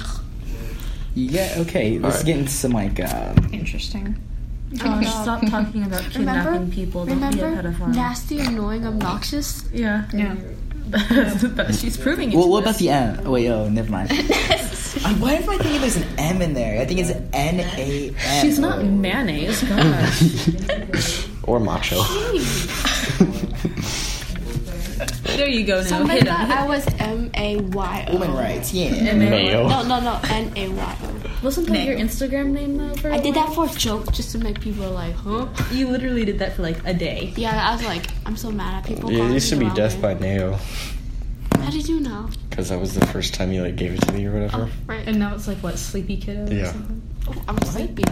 S2: Yeah, okay. Let's
S4: Alright.
S2: get into some like uh,
S1: Interesting.
S5: Oh,
S3: stop talking about kidnapping
S5: Remember?
S3: people. Don't
S5: Remember?
S3: be a pedophile.
S5: Nasty, annoying, obnoxious.
S3: yeah.
S7: Yeah.
S3: but she's proving it.
S2: Well,
S3: to
S2: what about
S3: us.
S2: the M? Oh, wait, oh, never
S5: <laughs>
S2: mind. Uh, Why am I thinking there's an M in there? I think it's N A M. Oh,
S3: She's not mayonnaise.
S2: <laughs>
S3: Gosh.
S4: Or macho. <laughs>
S3: there you go now.
S5: Somebody
S3: Hit
S5: thought
S3: him.
S5: I <laughs> was M A Y O.
S2: Woman rights, yeah.
S5: No, no, no, N A Y O.
S3: Wasn't that your Instagram name though? For
S5: I did that for a joke, just to make people like, huh?
S3: You literally did that for like a day.
S5: Yeah, I was like, I'm so mad at people.
S4: Yeah,
S5: calling
S4: it
S5: me
S4: used to be
S5: the wrong
S4: Death by
S5: name.
S4: Neo
S5: How did you know?
S4: because that was the first time you like gave it to me or whatever.
S5: Right.
S3: And now it's like what Sleepy Kiddo.
S4: Yeah.
S5: Oh, I'm sleepy.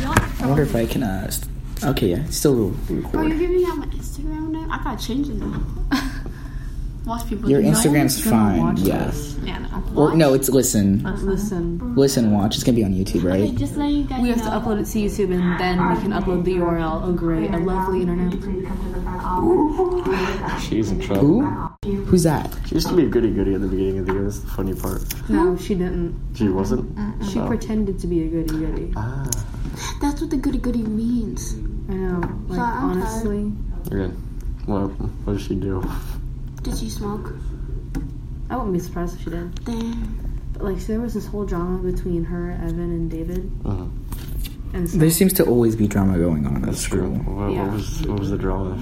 S5: Y'all
S2: I wonder if I can, uh. St- okay, yeah, it's still
S5: Bro, you're
S2: record.
S5: giving out my Instagram name? I gotta change it now. Watch people.
S2: Your
S5: do that.
S2: Instagram's fine, yeah.
S5: Yeah, no.
S2: Or, no, it's listen.
S8: Listen,
S2: Listen, watch. It's gonna be on YouTube, right?
S5: Okay, just letting you guys
S8: we have
S5: know.
S8: to upload it to YouTube and then we can upload the URL. Oh, great. I love the internet.
S5: Oh.
S4: She's in trouble.
S2: Who? Who's that?
S4: She used to be a goody goody at the beginning of the year. That's the funny part.
S8: No, she didn't.
S4: She wasn't.
S8: She pretended to be a goody goody.
S4: Ah,
S5: That's what the goody goody means.
S8: I know. Like,
S5: I'm tired.
S8: honestly.
S4: okay. What? What does she do?
S5: Did you smoke?
S8: I wouldn't be surprised if she did.
S5: Damn.
S8: But, like, so there was this whole drama between her, Evan, and David.
S4: Uh-huh.
S8: And so,
S2: There seems to always be drama going on. That's
S4: What,
S8: Yeah.
S4: what was what was the drama?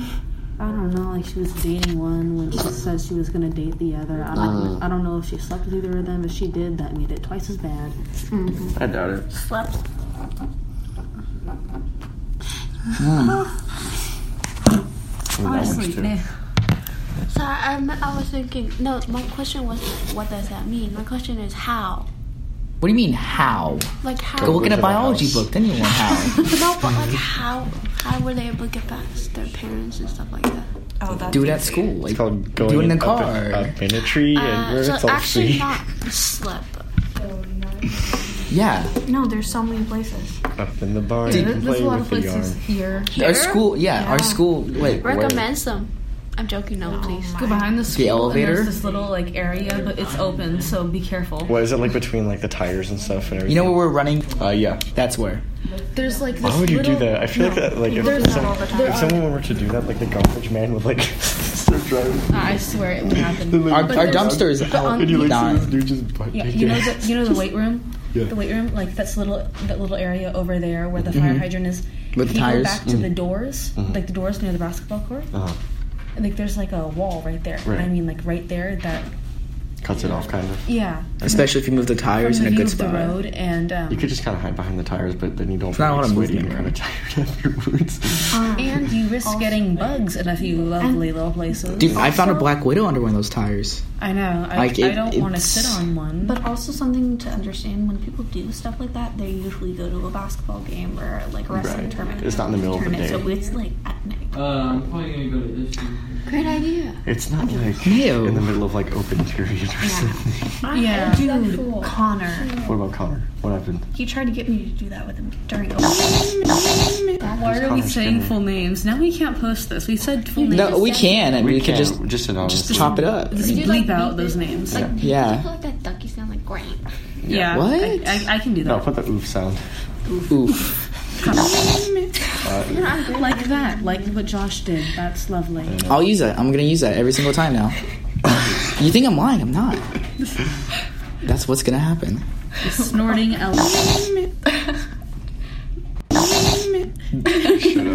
S8: I don't know, like, she was dating one when she said she was gonna date the other. I don't, I don't know if she slept with either of them. If she did, that made it twice as bad.
S4: I doubt it. Slept. Honestly,
S5: So I, I me- I was thinking. No, my question was, what does that mean? My question is how.
S2: What do you mean, how?
S5: Like how?
S2: Go look at
S4: to
S2: a
S4: the
S2: biology
S4: house.
S2: book, then you learn <laughs> how.
S5: No, but like how? How were they able to get back to their parents and stuff like that?
S2: Do it at school. Like,
S4: It's called going
S2: do it in the
S4: up
S2: car.
S4: in- Up, in a tree
S3: Uh,
S4: and where
S5: Uh, so
S4: it's all
S5: actually
S4: free.
S5: not slept.
S2: yeah.
S3: No, there's so many places.
S4: <laughs> Up in the barn
S3: Yeah,
S4: you
S3: there-
S4: can
S3: there's
S4: play
S3: a lot
S4: with
S3: of
S4: the yarn.
S3: places here.
S2: Our school, yeah, our school. Wait,
S5: Recommend some. I'm joking. No,
S2: Oh
S5: please.
S3: Go behind the school.
S2: elevator?
S3: And there's this little like area, but it's open, so be careful.
S4: What is it like between like the tires and stuff and
S2: you
S4: everything?
S2: know where we're running?
S4: Uh, yeah.
S2: That's where.
S3: There's like this
S4: Why would you do
S3: little-
S4: that? I feel like that like if,
S3: There's
S4: some-
S3: not all the time.
S4: if someone were to do that, like the garbage man would like <laughs> start driving.
S3: I swear
S4: <laughs>
S3: it would happen.
S2: Our,
S3: But
S2: our
S3: there's-
S2: dumpster is out.
S3: on-
S4: And you like
S2: Nah.
S4: see this dude just butt
S3: Yeah,
S4: naked.
S3: you know the you know the weight room.
S4: Yeah.
S3: The weight room, like that's little that little area over there where the
S4: Mm-hmm.
S3: fire hydrant is.
S2: With
S3: if
S2: the
S3: you
S2: tires?
S3: Go back to the doors, like the doors near the basketball court.
S4: Mm. Uh-huh.
S3: and, Like there's like a wall right there.
S4: Right.
S3: I mean, like right there. That
S4: Cuts it off, kind of.
S3: yeah.
S2: Especially if you move the tires
S3: From
S2: in
S3: the
S2: a
S3: view
S2: good
S3: of the
S2: spot.
S3: road and um,
S4: You could just kind of hide behind the tires, but then you don't
S2: not a lot
S4: like
S2: of
S4: sweaty and
S2: movement.
S4: you're kind of tired <laughs> afterwards.
S3: Um, and you risk getting bugs in a few lovely little places.
S2: Dude, I found a black widow under one of those tires.
S3: I know. I,
S2: Like,
S3: I
S2: it-
S3: don't want to
S2: it's-
S3: sit on one.
S9: But also something to understand when people do stuff like that, they usually go to a basketball game or like a wrestling
S4: <laughs> Right.
S9: tournament.
S4: It's not in the middle of the
S9: Tournament,
S4: day.
S9: So it's like at night.
S6: Uh, I'm probably gonna go to this one.
S5: Great idea.
S4: It's not like
S2: Mayo.
S4: in the middle of like open period or something.
S3: yeah.
S9: Dude, Connor,
S4: What about Connor? What happened?
S9: he tried to get me to do that with him during a.
S3: Why are we
S4: Connor's
S3: saying
S4: gonna-
S3: full names? Now we can't post this. We said full names.
S2: No, we can, and we, can
S4: can't-
S2: just
S4: just
S2: just
S4: anonymously.
S2: chop it up.
S3: Just
S5: you, like,
S3: bleep out
S5: bleep
S3: those names.
S4: Yeah.
S5: I feel
S2: Yeah.
S5: like that ducky sounds like great.
S3: Yeah.
S2: What?
S3: I, I, I can do that.
S4: No, put the oof sound.
S2: Oof.
S3: Like that, like what Josh did. That's lovely.
S2: I'll use that. I'm gonna use that every single time now. <laughs> you think I'm lying? I'm not. That's what's gonna happen.
S3: Snorting L.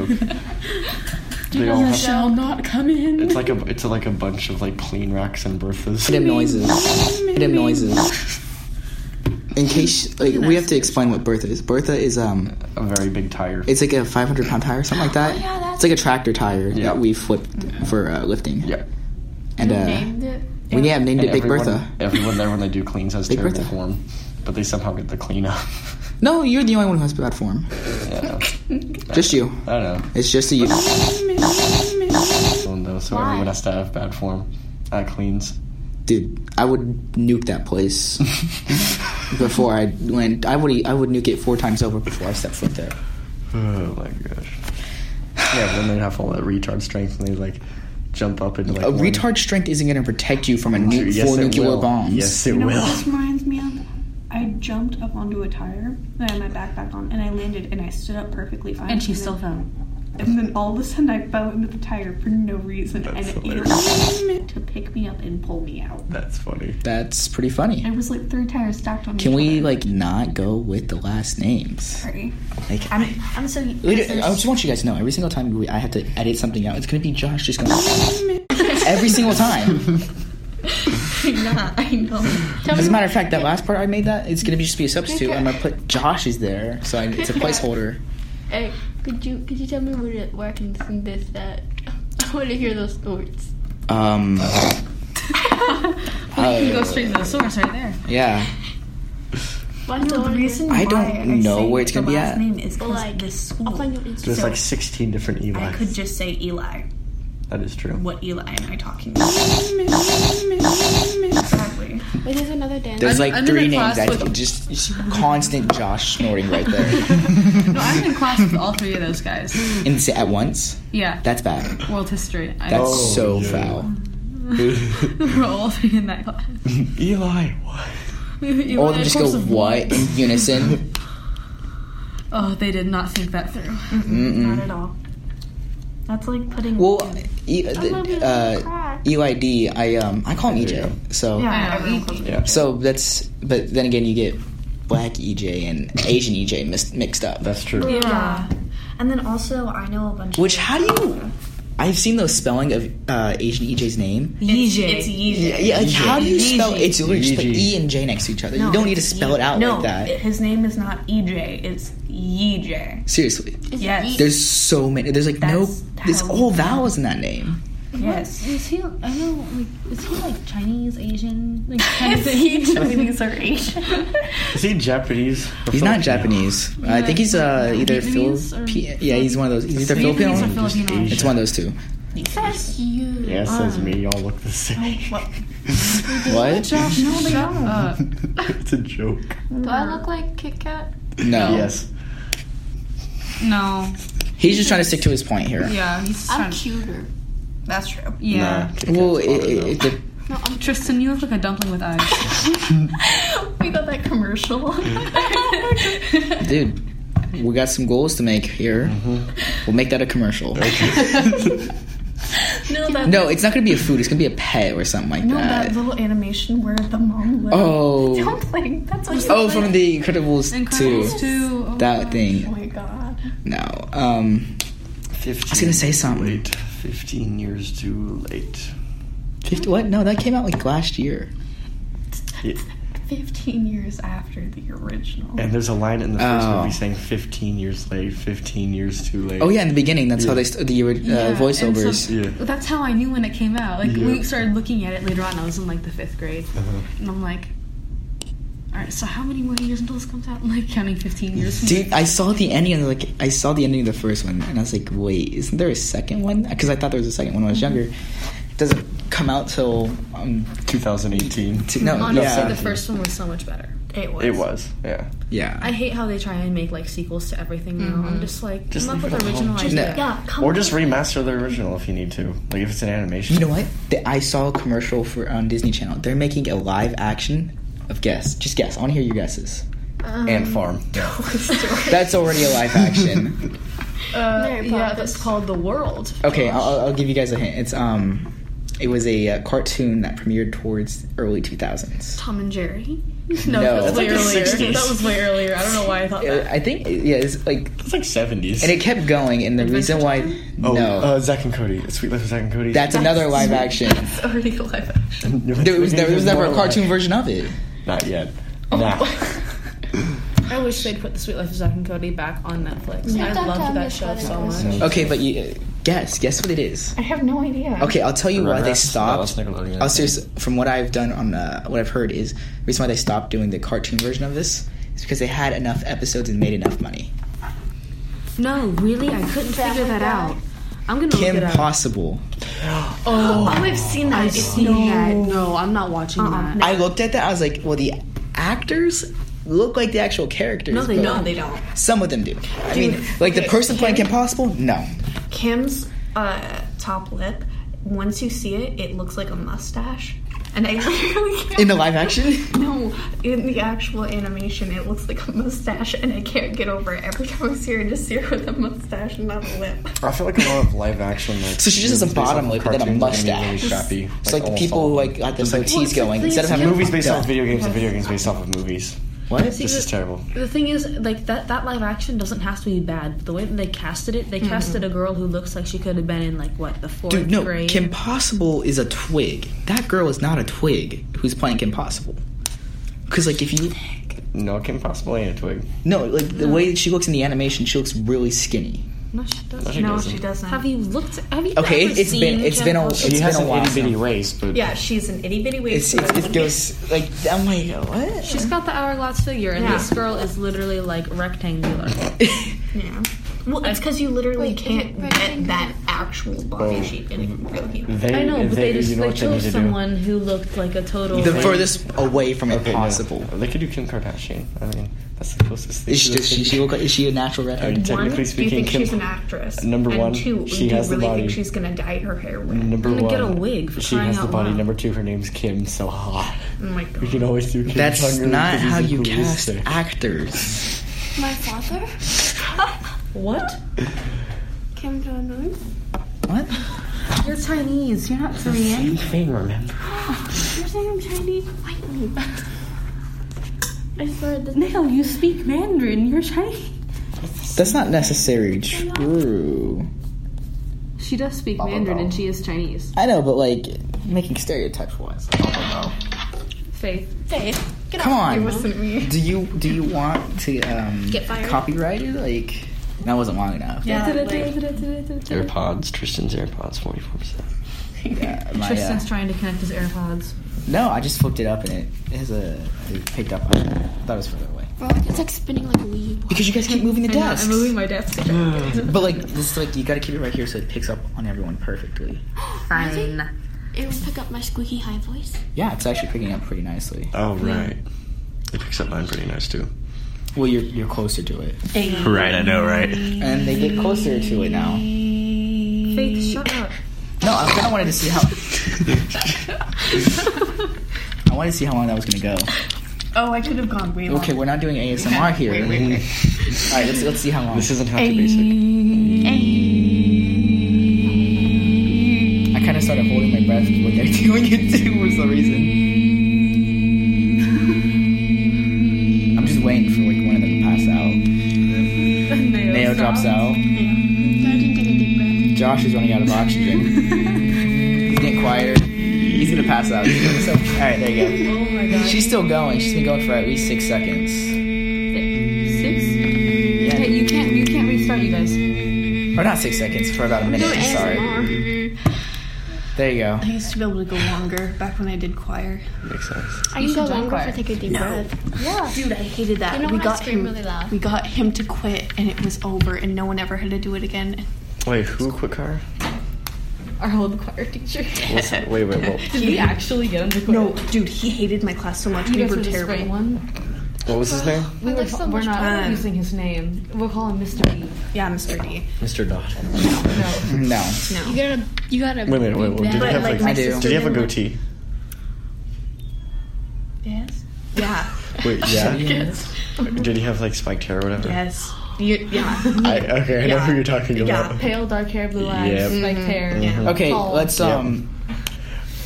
S4: They all have,
S3: Shall not come in.
S4: it's like a it's like a bunch of like clean racks and Berthas.
S2: Random noises. Random noises. In case like we have to explain what Bertha is. Bertha is um,
S4: A very big tire.
S2: it's like a 500 pound tire, something like that. it's like a tractor tire
S4: Yeah.
S2: that we flipped for uh, lifting.
S4: yeah.
S2: And uh,
S5: Named it.
S2: we yeah, named it Big
S4: everyone,
S2: Bertha.
S4: Everyone there when they do cleans has
S2: Big
S4: terrible
S2: Bertha.
S4: form, but they somehow get the clean up.
S2: No, you're the only one who has bad form.
S4: <laughs> yeah.
S2: Just you.
S4: I don't know.
S2: It's just you.
S9: <laughs>
S4: So, no, so everyone has to have bad form. Uh, cleans.
S2: Dude, I would nuke that
S9: <laughs>
S2: place before I went. I would I would nuke it four times over before I stepped foot there.
S4: Oh my gosh. Yeah, but then they'd have all that retard strength and they'd like jump up into like
S2: A
S4: one-
S2: retard strength isn't going to protect you from a nu-
S4: Yes,
S2: full
S4: it
S2: nuclear
S4: will.
S2: bombs.
S9: <laughs>
S4: Yes, it will.
S9: This reminds me of. I jumped up onto a tire and I had my backpack on and I landed and I stood up perfectly fine.
S3: And she
S9: then-
S3: still fell.
S9: And then all of a sudden I fell into the tire for no reason
S4: That's
S9: and
S4: hilarious.
S9: it came <laughs> to pick me up and pull me out.
S4: That's funny.
S2: That's pretty funny.
S9: It was like three tires stacked on
S2: Can
S9: each
S2: we
S9: other.
S2: like not go with the last names?
S9: Sorry.
S2: Like,
S3: I'm, I'm so.
S2: Wait, I just want you guys to know every single time we, I have to edit something out, it's gonna be Josh just going
S9: <laughs>
S2: every single time.
S9: Nah, I know.
S2: As a matter of fact, that last part I made that it's gonna be just be a substitute. I'm gonna put Josh is there, so I, it's a placeholder.
S5: Hey, could you could you tell me where to, where I can send this at? <laughs> I want to hear those words.
S2: Um,
S3: You
S2: uh,
S3: go straight to the source right there.
S2: yeah,
S5: Why do I
S9: The
S5: wanna hear-
S9: reason
S2: I
S9: why
S2: don't
S9: I
S2: know
S9: say
S2: where it's gonna
S9: the
S2: be
S9: last
S2: at.
S9: name is
S5: But,
S9: 'cause
S5: like,
S9: this
S5: I'll
S9: school.
S5: find your Instagram.
S4: There's
S9: So-
S4: like 16 different Eli.
S9: I could just say Eli.
S4: that is true.
S9: What Eli am I talking about? exactly.
S5: Wait, there's another dance.
S2: there's like
S3: I'm in
S2: three
S3: a
S2: names.
S3: class
S2: I
S3: with-
S2: think just, just constant Josh snorting right there,
S3: <laughs> No, I'm in class with all three of those guys.
S2: and say at once.
S3: Yeah.
S2: That's bad.
S3: World history. I,
S2: That's
S4: Oh,
S2: so
S4: yeah.
S2: foul.
S3: <laughs> We're all three in that class. <laughs>
S4: <laughs> Eli, what?
S3: You
S2: Or
S3: were in
S2: they just go
S3: course of-
S2: what in
S3: <laughs>
S2: unison.
S3: Oh, they did not think that through.
S9: Not at all. That's like putting.
S2: Well, e- uh, Eli D, I um, I call him EJ. So
S9: yeah,
S3: I
S9: everyone
S3: know.
S9: calls me.
S4: Yeah.
S2: so that's but then again you get black EJ and Asian EJ mis- mixed up.
S4: That's true.
S3: Yeah.
S9: And then also, I know a bunch.
S2: Which how do you? I've seen those spelling of uh, Asian EJ's name.
S9: It's Yeezy.
S2: Yeah, yeah like how do you spell? It's literally just put
S4: EJ.
S2: E and J next to each other. you don't need to spell it out
S9: no,
S2: like that.
S9: his name is not EJ. It's EJ.
S2: Seriously,
S9: Yes.
S2: there's so many. There's like no. There's
S9: That's how-
S2: all vowels in that name.
S9: Yes.
S3: Is he? I know. Like, is he like Chinese, Asian? Like,
S9: Is he Chinese or Asian?
S4: Is he Japanese? or
S2: He's not
S4: Filipino?
S2: Japanese. I think he's uh, either Phil.
S3: Vietnamese or-
S2: P- yeah, he's one of those. He's either Filipino.
S3: Vietnamese or
S2: or-
S4: Just
S3: Filipino.
S4: Asian.
S2: It's one of those two.
S5: That's you.
S4: Yeah, it says me. Y'all look the same.
S2: What?
S3: uh,
S4: <laughs> it's a joke.
S5: Do I look like Kit Kat?
S2: No.
S4: Yes.
S3: no.
S2: He's just trying to stick to his point here.
S3: Yeah, he's trying.
S5: I'm cuter.
S9: That's true.
S3: yeah.
S4: Nah, Kit Kat's
S2: Well, it,
S4: hotter,
S2: it,
S4: though.
S2: it, de-
S3: Tristan, you look like a dumpling with eyes.
S9: <laughs> we got that commercial.
S2: dude, we got some goals to make here.
S4: Mm-hmm.
S2: We'll make that a commercial. <laughs>
S9: no, that,
S2: No, it's not gonna be a food. It's gonna be a pet or something like
S9: no,
S2: that.
S9: that little animation where the mom was <laughs>
S2: oh,
S9: like, that's what you
S2: oh, from the Incredibles
S3: Incredibles
S2: two,
S3: two. Oh,
S2: that
S9: Oh
S2: thing.
S9: my god.
S2: No, um,
S4: 15
S2: gonna say something.
S4: Late. 15 years too late.
S2: 50, what? No, that came out like last year.
S4: Yeah.
S9: 15 years after the original.
S4: And there's a line in the first
S2: Oh.
S4: movie saying 15 years late, 15 years too late.
S2: Oh yeah, in the beginning, that's how they st- the ori- uh,
S3: Yeah, and
S2: voiceovers.
S3: so-
S4: Yeah.
S3: That's how I knew when it came out. Like
S4: Yeah.
S3: we started looking at it later on. I was in like the fifth grade, and I'm like, all right. So how many more years until this comes out? <laughs> I'm like counting 15 years. from
S2: Dude, I saw the ending and like I saw the ending of the first one, and I was like, "Wait, isn't there a second one?" Because I thought there was a second one when I was
S3: Mm-hmm.
S2: younger. It doesn't come out till um,
S4: 2018.
S2: t- no,
S3: <laughs> Honestly,
S2: yeah,
S3: the first one was so much better. It was.
S4: It was, yeah.
S2: yeah.
S3: I hate how they try and make like sequels to everything now. I'm just like,
S4: Just
S3: come up
S4: leave
S3: with
S4: it alone.
S3: original
S4: Just-
S3: idea.
S2: No.
S3: <laughs>
S9: Yeah, come
S4: Or just remaster the original if you need to. Like if it's an animation.
S2: You <laughs> know what? The, I saw a commercial for on Disney Channel. They're making a live action of guess. Just guess. I want to hear your guesses. <laughs>
S4: Ant Farm.
S2: That's
S3: <laughs>
S2: already a live action.
S3: Uh, yeah, that's called The World.
S2: Okay, I'll, I'll- I'll give you guys a hint. It's um, it was a uh, cartoon that premiered towards early 2000s.
S3: Tom
S2: <laughs>
S3: and Jerry.
S2: No.
S3: No, that's way
S4: That's like the
S3: earlier.
S4: 60s.
S3: <laughs> That was way earlier. I don't know why I thought
S2: Uh,
S3: that.
S2: I think yeah, it's like
S4: <laughs> It's like 70s.
S2: and it kept going. And the reason why
S4: oh,
S2: no.
S4: uh, Zach and Cody. It's Sweet Life of Zach and Cody. <laughs>
S2: That's another
S3: <laughs>
S2: live action.
S3: It's already live action.
S2: There was, there was never a cartoon Oh. version of it.
S4: Not yet. Nah.
S3: <laughs> I wish they'd put The Sweet Life of Zack and Cody back on Netflix. I
S5: that
S3: love
S5: time
S3: that
S5: is
S3: show
S5: what it
S3: so
S5: was.
S3: much.
S4: No.
S2: Okay, but you uh, guess. Guess what it is.
S9: I have no idea.
S2: Okay, I'll tell you why they
S4: Rugrats? No, that's
S2: stopped. Oh,
S4: Nickelodeon.
S2: I'll serious. From what I've done on uh, what I've heard is the reason why they stopped doing the cartoon version of this is because they had enough episodes and made enough money.
S3: No, really, I couldn't figure that out. I'm gonna look
S2: Kim
S3: it up.
S2: Possible.
S3: oh,
S9: I've seen that.
S3: I
S9: It's
S3: see that. Uh-uh. No, I'm not watching that.
S2: I looked at that. I was like, well, the actors look like the actual characters.
S3: No, they
S2: but
S3: don't. They don't.
S2: Some of them do. I mean, like the person playing Kim Possible. No,
S9: Kim's uh, top lip. Once you see it, it looks like a mustache. And I <laughs> literally can't.
S2: In the live action?
S9: <laughs> No, in the actual animation, it looks like a mustache, and I can't get over it. Every time I see her, I just see her with a mustache and not a lip.
S4: I feel like a lot of live action like.
S2: So she just has a
S4: movies based
S2: bottom
S4: off of
S2: lip and then a
S4: cartoons are gonna be
S2: mustache.
S4: Really crappy.
S2: It's like, the
S4: almost
S2: people
S4: all
S2: who
S4: of
S2: like
S4: them.
S2: got their
S4: Just like
S2: goatees going instead of having
S4: movies based
S2: Yeah.
S4: off of video games and video games based off of movies.
S2: What?
S4: This is terrible.
S3: The thing is, like that that live action doesn't have to be bad. But the way that they casted it, they casted a girl who looks like she could have been in like what the fourth
S2: Dude, no.
S3: grade.
S2: Kim Possible is a twig. That girl is not a twig who's playing Kim Possible. Because like if you
S4: No, Kim Possible ain't a twig.
S2: no like the way that she looks in the animation, she looks really skinny.
S3: no, she doesn't.
S4: No, she
S9: No,
S4: doesn't.
S9: she doesn't.
S3: Have you looked? Have you?
S2: Okay,
S3: ever
S2: it's
S3: seen
S2: been it's
S3: Kim
S2: been a
S3: Possible?
S2: it's
S4: She has
S2: been a
S4: an
S2: while.
S4: itty bitty
S2: now.
S4: waist, but
S9: Yeah, she's an itty bitty
S2: It's,
S9: waist.
S2: it's, it goes like I'm like what? <laughs>
S3: She's got the hourglass figure, and
S9: Yeah.
S3: this girl is literally like rectangular.
S9: Yeah. Well, it's because you literally
S1: Wait, is
S9: can't
S1: it
S9: get
S1: rectangle?
S9: that actual body
S4: Oh.
S9: shape anymore.
S4: they,
S3: I know, but they, just
S4: you know
S3: they
S4: what they need
S3: chose
S4: to
S3: someone who looked like a total.
S2: the
S3: like-
S2: furthest away from
S4: do. Okay, no.
S2: impossible.
S4: They could do Kim Kardashian. I mean, that's the closest thing.
S2: Is she,
S4: to
S2: does she,
S4: this.
S2: she look like, is she a natural
S4: I mean,
S2: redhead?
S9: One, do
S4: technically
S9: you
S4: speaking,
S9: think
S4: Kim.
S9: she's an actress?
S4: Number
S9: and
S4: one,
S9: two,
S4: she
S9: do
S4: has
S9: you
S4: the
S9: really think
S4: body.
S9: she's gonna dye her hair red?
S4: Number
S3: I'm gonna
S4: one,
S3: get a wig for
S4: she
S3: crying
S4: has the
S3: out
S4: body.
S3: loud.
S4: Number two, her name's Kim. So <laughs> hot.
S9: Oh my
S4: We
S9: god.
S4: can always do. Kim
S2: That's
S4: Jong-un
S2: not
S4: because
S2: how
S4: he's the
S2: you
S4: coolest
S2: cast
S4: thing.
S2: actors.
S1: My father,
S3: What?
S1: Kim Jong Un.
S2: What?
S8: You're Chinese. You're not Korean.
S4: Same thing, remember?
S1: You're saying I'm Chinese? White me. I swear this.
S8: No, you speak Mandarin. You're Chinese.
S2: That's not necessarily true.
S10: She does speak
S4: Blah, blah,
S10: Mandarin
S4: blah.
S10: and she is Chinese.
S2: I know, but like making stereotypes wise.
S10: Faith.
S2: Come on. Do you do you want to um get copyrighted? Like that wasn't long enough.
S1: Yeah,
S4: AirPods. Tristan's AirPods. Forty-four percent.
S2: Yeah, my, uh,
S3: Tristan's trying to connect his AirPods.
S2: no, I just flipped it up and it, it has a it picked up. I thought it was further away
S5: Bro, it's like spinning like a wee.
S2: because you guys keep moving the
S3: I know,
S2: desks.
S3: I'm moving my desk. <laughs>
S2: But like this, is like you got to keep it right here so it picks up on everyone perfectly.
S3: Fine.
S5: It will pick up my squeaky high voice.
S2: Yeah, it's actually picking up pretty nicely.
S4: Oh right. It picks up mine pretty nice too.
S2: Well, you're you're closer to it,
S4: <laughs> Right, I know, <laughs> right?
S2: and they get closer to it now.
S3: Faith, shut <laughs> up.
S2: No, I kind of wanted to see how. I wanted to see how long that was gonna go.
S9: Oh, I could have gone way
S2: Okay, we're not doing ASMR here. All right, let's let's see how long.
S4: This isn't how to basic.
S2: I kind of started holding my breath <laughs> when they're doing it too for some reason. I'm just waiting for like one of them to pass out. Neo drops out. Josh is running out of oxygen. He's getting quieter. He's gonna
S10: <laughs>
S2: pass out. He's gonna- so- all right, there you go.
S3: Oh my god.
S2: She's still going. She's been going for at least six seconds.
S3: Six?
S2: Yeah,
S10: You can't you can't restart you guys.
S2: or not six seconds for about a minute. Sorry. There you go.
S1: I used to be able to go longer back when I did choir.
S4: Makes sense.
S5: I can go longer if I take a deep breath.
S1: Dude, I hated that.
S5: You know
S1: we
S5: when I
S1: got
S5: scream
S1: him.
S5: really loud?
S1: We got him to quit, and it was over, and no one ever had to do it again.
S4: Wait, who quit car?
S10: Our old choir teacher.
S4: What's- wait, wait, what,
S10: Did we actually get him to quit?
S1: No, dude, he hated my class so much.
S10: You
S1: we
S10: guys
S1: were
S10: were the straight
S1: terrible.
S10: one.
S4: what was his name?
S10: We were,
S5: so
S10: we're
S5: much
S10: not
S1: fun.
S10: using his name. We'll call him Mr. B.
S1: Yeah, Mr. D.
S4: Mr. Dodd.
S10: No.
S2: No.
S5: You gotta, you gotta.
S4: Wait a minute, wait, wait. Did he
S1: But
S4: have
S1: like
S4: like,
S1: my
S2: I do.
S1: sister
S4: did he have a
S1: didn't-
S4: <laughs> goatee?
S1: Yes. Yeah.
S4: Wait, yeah. Did he have like spiked hair or whatever?
S1: Yes. You,
S4: <laughs>
S1: yeah.
S4: I, okay, I know who you're talking
S1: Yeah.
S4: about.
S10: Pale dark hair, blue eyes,
S4: Yep.
S10: like hair.
S2: Okay,
S10: Tall.
S2: let's
S4: Yep.
S2: um.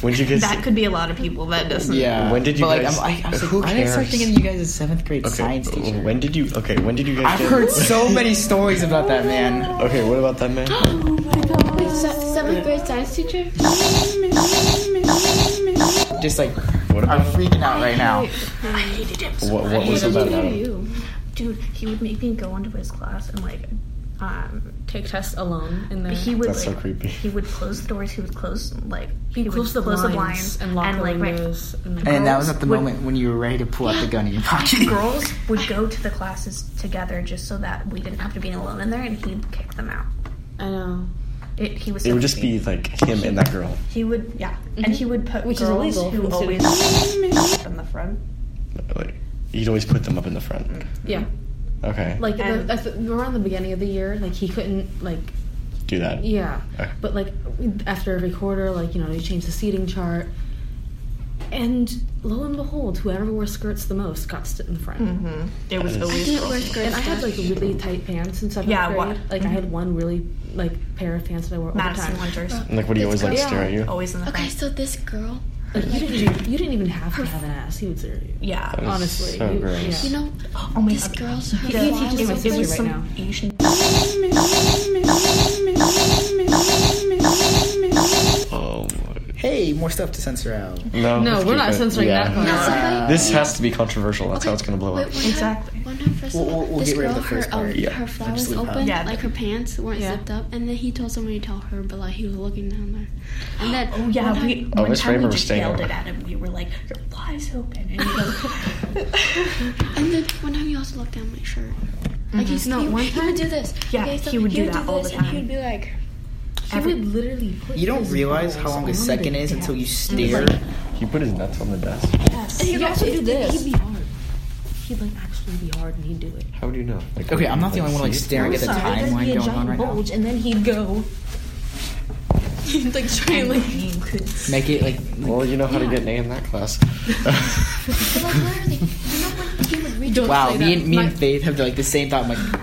S4: When did you guys?
S1: That could be a lot of people. That doesn't.
S2: Yeah.
S4: When did you
S2: but, like,
S4: guys-
S2: I'm, I, I was like,
S4: who
S2: why did I start
S4: cares?
S2: thinking of you guys as seventh grade
S4: okay,
S2: science teacher?
S4: When did you? Okay, when did you guys?
S2: I've
S4: get-
S2: heard so many stories about that man.
S4: <laughs> Okay, what about that <gasps> man?
S5: Wait, se- seventh grade science teacher?
S2: Just like
S4: What
S2: I'm
S4: about?
S2: freaking out right now.
S1: I hated him.
S4: What, what was it about?
S1: Dude, he would make me go into his class and like, um,
S3: Take tests alone, and then
S1: he would
S4: That's so
S1: like,
S4: creepy.
S1: he would close the doors. He would close like he, would
S3: close the
S1: close
S3: blinds,
S1: the blinds
S3: and lock the
S1: like my
S3: windows. and-
S2: And that was at the
S1: Girls would-
S2: moment when you were ready to pull out the gun in your
S1: <laughs>
S2: pocket.
S1: girls would go to the classes together just so that we didn't have to be alone in there, and he'd kick them out.
S3: I know.
S1: It, he was.
S4: It
S1: so
S4: would just
S1: creepy.
S4: be like him and that girl.
S1: He would, yeah, and he would put
S10: Which is
S1: girls
S10: illegal
S1: who
S10: in
S1: always <laughs>
S10: Sweden.
S1: from the front.
S4: Like, you'd always put them up in the front.
S10: Yeah.
S4: Okay,
S10: Like
S1: And-
S10: the, at the, around the beginning of the year, like he couldn't like
S4: do that.
S10: yeah,
S4: Okay.
S10: but like after every quarter, like you know, you change the seating chart.
S3: And lo and behold, whoever wore skirts the most got sit in the front.
S1: Mm-hmm. It was
S5: I
S1: always.
S5: didn't wear skirts.
S3: And I had like really tight pants in seventh
S1: Yeah,
S3: grade.
S1: what- Mm-hmm.
S3: Like I had one really like pair of pants that I wore all the
S1: Madison
S3: time.
S1: Winters.
S4: Like, what do you always like
S3: Yeah.
S4: stare at you?
S1: Always in the
S5: Okay,
S1: front.
S5: so this girl,
S3: Like you didn't, even, you didn't even have to have an ass. He would stare at you.
S1: Yeah. <laughs>
S4: That is
S3: Honestly,
S4: so
S3: you-
S4: gross.
S5: you know,
S1: Oh my
S5: this
S1: god.
S5: girl's her
S1: Yeah.
S5: fly
S3: It
S5: was
S3: was,
S5: open.
S3: it was
S1: right
S3: some
S1: now. Asian.
S4: Oh my.
S2: Hey, more stuff to censor out.
S4: No,
S3: No,
S4: let's
S3: we're
S4: keep
S3: not
S4: it.
S3: censoring that part.
S5: That's okay.
S4: Uh, This has to be controversial. That's how it's
S5: Okay,
S4: gonna blow
S5: wait,
S4: up.
S5: one time-
S1: Exactly.
S5: One time, first
S2: We'll-
S5: of all,
S2: we'll- we'll
S5: this
S2: get rid of
S5: girl,
S2: the first
S5: her, um,
S2: part.
S4: Yeah.
S5: her
S2: Or
S5: fly
S2: just
S5: was
S2: leave it
S5: open,
S1: out.
S5: like her pants weren't
S3: Yeah.
S5: zipped up, and then he told somebody to tell her, but like he was looking down there. And then,
S1: Oh yeah,
S5: one time-
S1: we.
S4: Oh,
S1: one
S4: Miss
S1: time
S4: Raymer
S1: we
S4: was
S1: just
S4: staying
S1: yelled
S4: over.
S1: it at him. We were like, "Your fly's
S4: <laughs>
S1: open," and he goes.
S5: And then one time he also looked down my shirt. Like
S1: Mm-hmm.
S5: he's
S11: No,
S5: he,
S11: one
S5: he
S11: time-
S5: would do this.
S1: Yeah,
S5: okay, so
S1: he would do that all
S5: this,
S1: the
S5: And he
S1: time.
S5: would be like,
S3: He would literally put
S2: You don't
S3: his
S2: realize how
S3: balls
S2: long
S3: on
S2: a second
S3: the
S2: is until you
S3: desk.
S2: stare.
S4: He put his nuts on the desk.
S3: And he'd also
S5: it-
S3: do this. He'd be hard. He'd like actually be hard, and he'd do it.
S4: How do you know? Like,
S2: Okay, I'm not the only one like
S4: see it?
S2: staring at the
S3: Sorry, there'd
S2: timeline
S3: be a
S2: going on
S3: giant
S2: right now.
S3: bulge, and then he'd go.
S5: he'd like try and like.
S1: You
S3: <laughs>
S1: could see
S2: Make it like
S4: Well, you know how to get an A in that class. <laughs>
S5: But like literally, you know when he would reach.
S2: wow. Me and me
S3: My-
S2: and Faith have like the same thought. I'm like,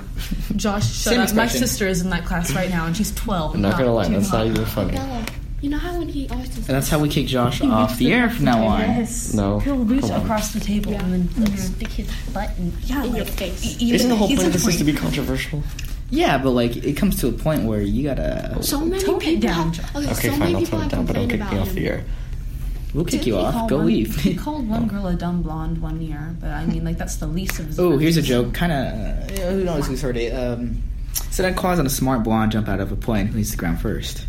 S3: Josh, shut
S2: Same
S3: up. My
S2: expression.
S3: sister is in that class right now, and she's 12.
S4: I'm not gonna lie, that's not even funny.
S5: Bella, you know how when he always does.
S2: and that's how we kick
S3: <laughs>
S2: Josh off the air from now on.
S4: No.
S3: He'll reach
S4: Come on.
S3: across the table and then like, stick his butt in, Mm-hmm. in your face.
S4: Isn't the whole point of this is to be controversial?
S2: Yeah, but like it comes to a point where you gotta.
S5: So many
S3: Tone it
S5: people
S3: down,
S5: have. Okay,
S4: Okay,
S5: so
S4: fine,
S5: many
S4: I'll
S5: people
S4: tone it
S5: have
S4: down, but don't
S5: complained
S4: kick me
S5: about
S4: off the
S5: him.
S4: air.
S2: We'll kick
S3: Didn't
S2: you
S3: he
S2: off.
S3: call
S2: Go
S3: one- He
S2: leave.
S3: called one girl a dumb blonde one year, but I mean, like, that's the least of
S2: <laughs>
S3: his.
S2: oh, here's a joke. Kind of. Uh, who knows who's heard it? Um, said I caused on a smart blonde jump out of a plane. Who hits the ground first?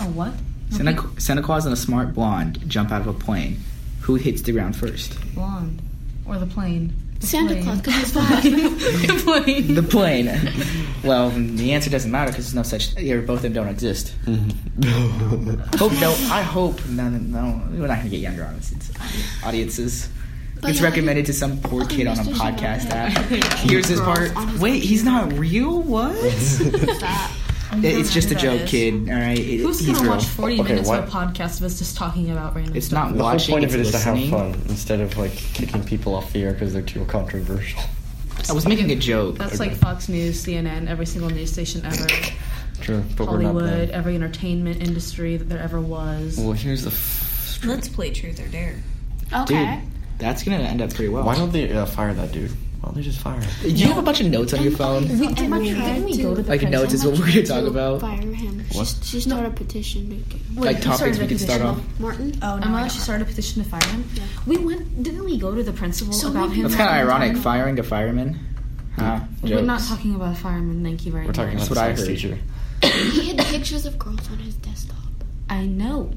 S3: A what?
S2: Santa, Santa Claus and a smart blonde jump out of a plane. Who hits the ground first?
S3: Blonde. Or the plane. The
S5: Santa
S3: plane.
S5: Claus, because he's fine.
S3: <laughs> the plane.
S2: The plane. well, the answer doesn't matter because there's no such. Yeah, both of them don't exist.
S4: <laughs>
S2: hope no. I hope no. No, no we're not gonna get younger audiences. Audiences.
S5: But
S2: it's
S5: yeah,
S2: recommended to some poor
S5: okay,
S2: kid on a
S5: Mr. Shinoda.
S2: podcast <laughs> app. Here's his part.
S5: on his
S2: Wait, he's not real. What? <laughs> It- it's just a
S3: Who
S2: joke,
S3: is.
S2: kid. All right. It-
S3: Who's
S2: he's
S3: gonna
S2: real.
S3: watch 40
S4: Okay,
S3: minutes
S4: what?
S3: of a podcast of us just talking about random
S2: It's
S3: stuff?
S2: not
S4: The whole
S2: watching.
S4: point
S2: it's
S4: of it is
S2: listening.
S4: to have fun instead of like kicking people off the air because they're too controversial.
S2: I was making a joke.
S3: That's like Fox News, CNN, every single news station ever,
S4: True, but we're not
S3: Hollywood,
S4: there.
S3: every entertainment industry that there ever was.
S4: Well, here's the. F-
S1: Let's play Truth or Dare. <laughs>
S2: Dude,
S5: Okay.
S2: that's gonna end up pretty well.
S4: Why don't they uh, fire that dude? Why don't they just fire him?
S2: Do you have a bunch of notes on your phone?
S5: We did
S3: we- didn't we go to the
S2: Like notes is what we're gonna talk about.
S5: Fire him. She,
S4: What?
S5: she started a petition making.
S2: Like topics we could start off.
S5: Martin?
S1: Oh no.
S3: Emma, she started a petition to fire him.
S5: Yeah.
S3: We went, didn't we go to the principal
S5: So
S3: about
S5: we-
S3: him?
S2: That's kind of
S3: that one
S2: ironic.
S3: time?
S2: Firing a fireman. Huh?
S3: We're
S2: Jokes.
S3: not talking about a fireman, thank you very
S4: We're talking
S3: much.
S4: about
S2: That's
S4: the
S2: what I
S4: science
S2: heard.
S4: teacher.
S5: He had pictures of girls on his desktop.
S3: I know.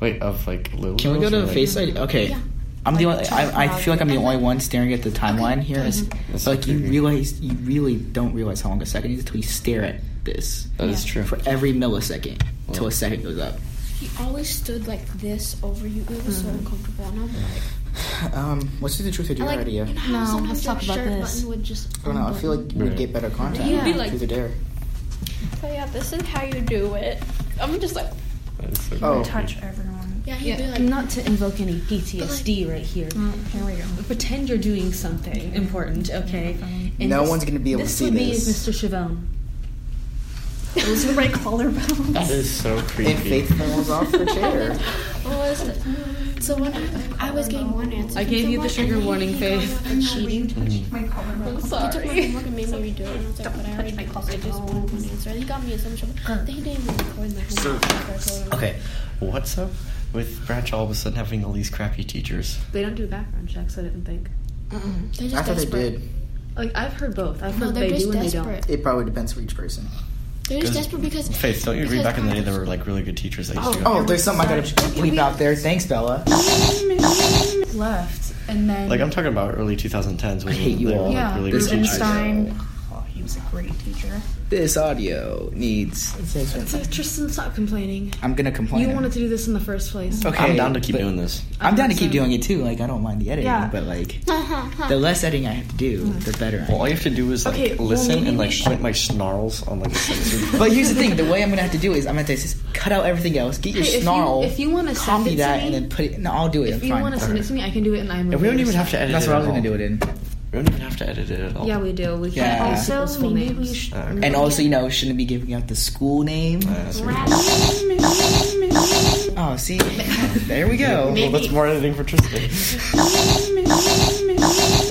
S4: Wait, of like little.
S2: Can we go
S4: girls
S2: to
S4: or, like,
S2: face ID? Okay.
S5: Yeah.
S2: I'm the only. I, I feel like I'm the only one staring at the timeline here. It's,
S5: Mm-hmm.
S2: it's
S4: That's
S2: like you
S4: creepy.
S2: realize you really don't realize how long a second is until you stare at this
S4: That is true.
S2: for every millisecond until a second goes up.
S5: He always stood like this over you. It was so uncomfortable. And I'm like,
S2: <sighs> Um, what's the truth or
S5: I
S2: dare
S5: like, you
S2: idea?
S5: know how
S3: No,
S5: sometimes
S3: let's talk
S5: your
S3: about
S5: shirt
S3: this.
S5: button would just.
S2: I don't know. I feel like we'd
S4: Right.
S2: get better content.
S5: You'd be like-
S2: truth or dare.
S9: So yeah, this is how you do it. I'm just like,
S4: That is so
S2: Oh.
S4: creepy.
S9: touch everyone.
S5: Yeah, he'd be like, <laughs>
S3: Not to invoke any PTSD right here.
S9: Here we go.
S3: Pretend you're doing something important, okay? And
S2: No
S3: this-
S2: one's gonna be able to see this.
S3: This would be Mr. Chavone.
S9: Those are my collarbones.
S4: That is
S9: <laughs>
S4: so
S2: And
S4: creepy.
S2: Faith falls off
S3: <laughs>
S2: her chair.
S5: what was it? So when I, I was getting one answer.
S3: I
S5: from
S3: gave you the
S5: someone,
S3: trigger
S5: and then
S3: warning,
S5: he got
S3: Faith.
S5: up and <laughs> he
S4: Mm.
S9: My collarbone.
S5: took my homework and made me redo it. And I was like, but I already
S9: touch my
S5: did this. I just
S9: collarbones.
S5: wanted one answer. And he got me a assumption. They didn't even record the homework. after I told him.
S2: Okay.
S4: What's up with Bradshaw all of a sudden having all these crappy teachers?
S3: They don't do background checks, I didn't think.
S5: They're just
S2: I thought they
S5: desperate.
S2: did.
S3: Like, I've heard both. I've
S5: No,
S3: heard
S5: they're
S3: they
S5: just
S3: do and they
S5: desperate.
S3: don't.
S2: It probably depends for each person.
S5: They're just
S4: 'Cause-
S5: desperate because. Oh,
S4: Faith, don't you agree?
S5: because
S4: Back in the day,
S5: I
S4: there
S5: was-
S4: were like really good teachers. That used to go.
S2: Oh, there's something I gotta bleep out there. Thanks, Bella.
S3: <laughs> Left, and then.
S4: Like I'm talking about early 2010s. when
S2: hate you
S4: they were,
S2: all.
S4: Like,
S3: Yeah.
S4: really good
S2: This
S4: teachers.
S2: teacher.
S9: Rubenstein. Oh, he was a great teacher.
S2: This audio needs.
S3: It's- Tristan, stop complaining.
S2: I'm gonna complain.
S3: You wanted to do this in the first place.
S4: I'm down to keep
S2: but-
S4: doing this.
S2: I'm down to keep
S3: Understand.
S2: doing it too. Like I don't mind the editing,
S3: Yeah. Hmm.
S2: but
S3: <laughs>
S2: like the less editing I have to do, the better. I
S4: Well, all you have to do is like
S3: Okay, well,
S4: listen
S3: maybe
S4: and
S3: we
S4: like point my snarls on like the sensor.
S2: But here's the thing: the way I'm gonna have to do is I'm gonna have to just cut out everything else, get your
S3: Hey, if you-
S2: snarl,
S3: if you wanna send
S2: copy
S3: it to
S2: that,
S3: me-
S2: and then put it. No, I'll do it.
S3: If
S2: I'm
S3: you
S2: fine.
S3: want to send it to me, I can do it in iMovie.
S4: and we don't
S3: or
S4: even have to edit.
S2: That's
S4: it
S2: what I
S4: at
S2: was gonna
S4: all.
S2: do it in.
S4: We don't even have to edit it at all.
S3: something. Yeah, we do. We
S2: Yeah.
S3: can't use people's
S1: Also,
S3: full
S1: maybe we
S3: names.
S1: should.
S4: Uh, okay.
S2: And also, you know, shouldn't be giving out the school name.
S4: Uh, that's weird.
S2: Oh, see, there we go.
S4: Well, that's more editing for Tristan.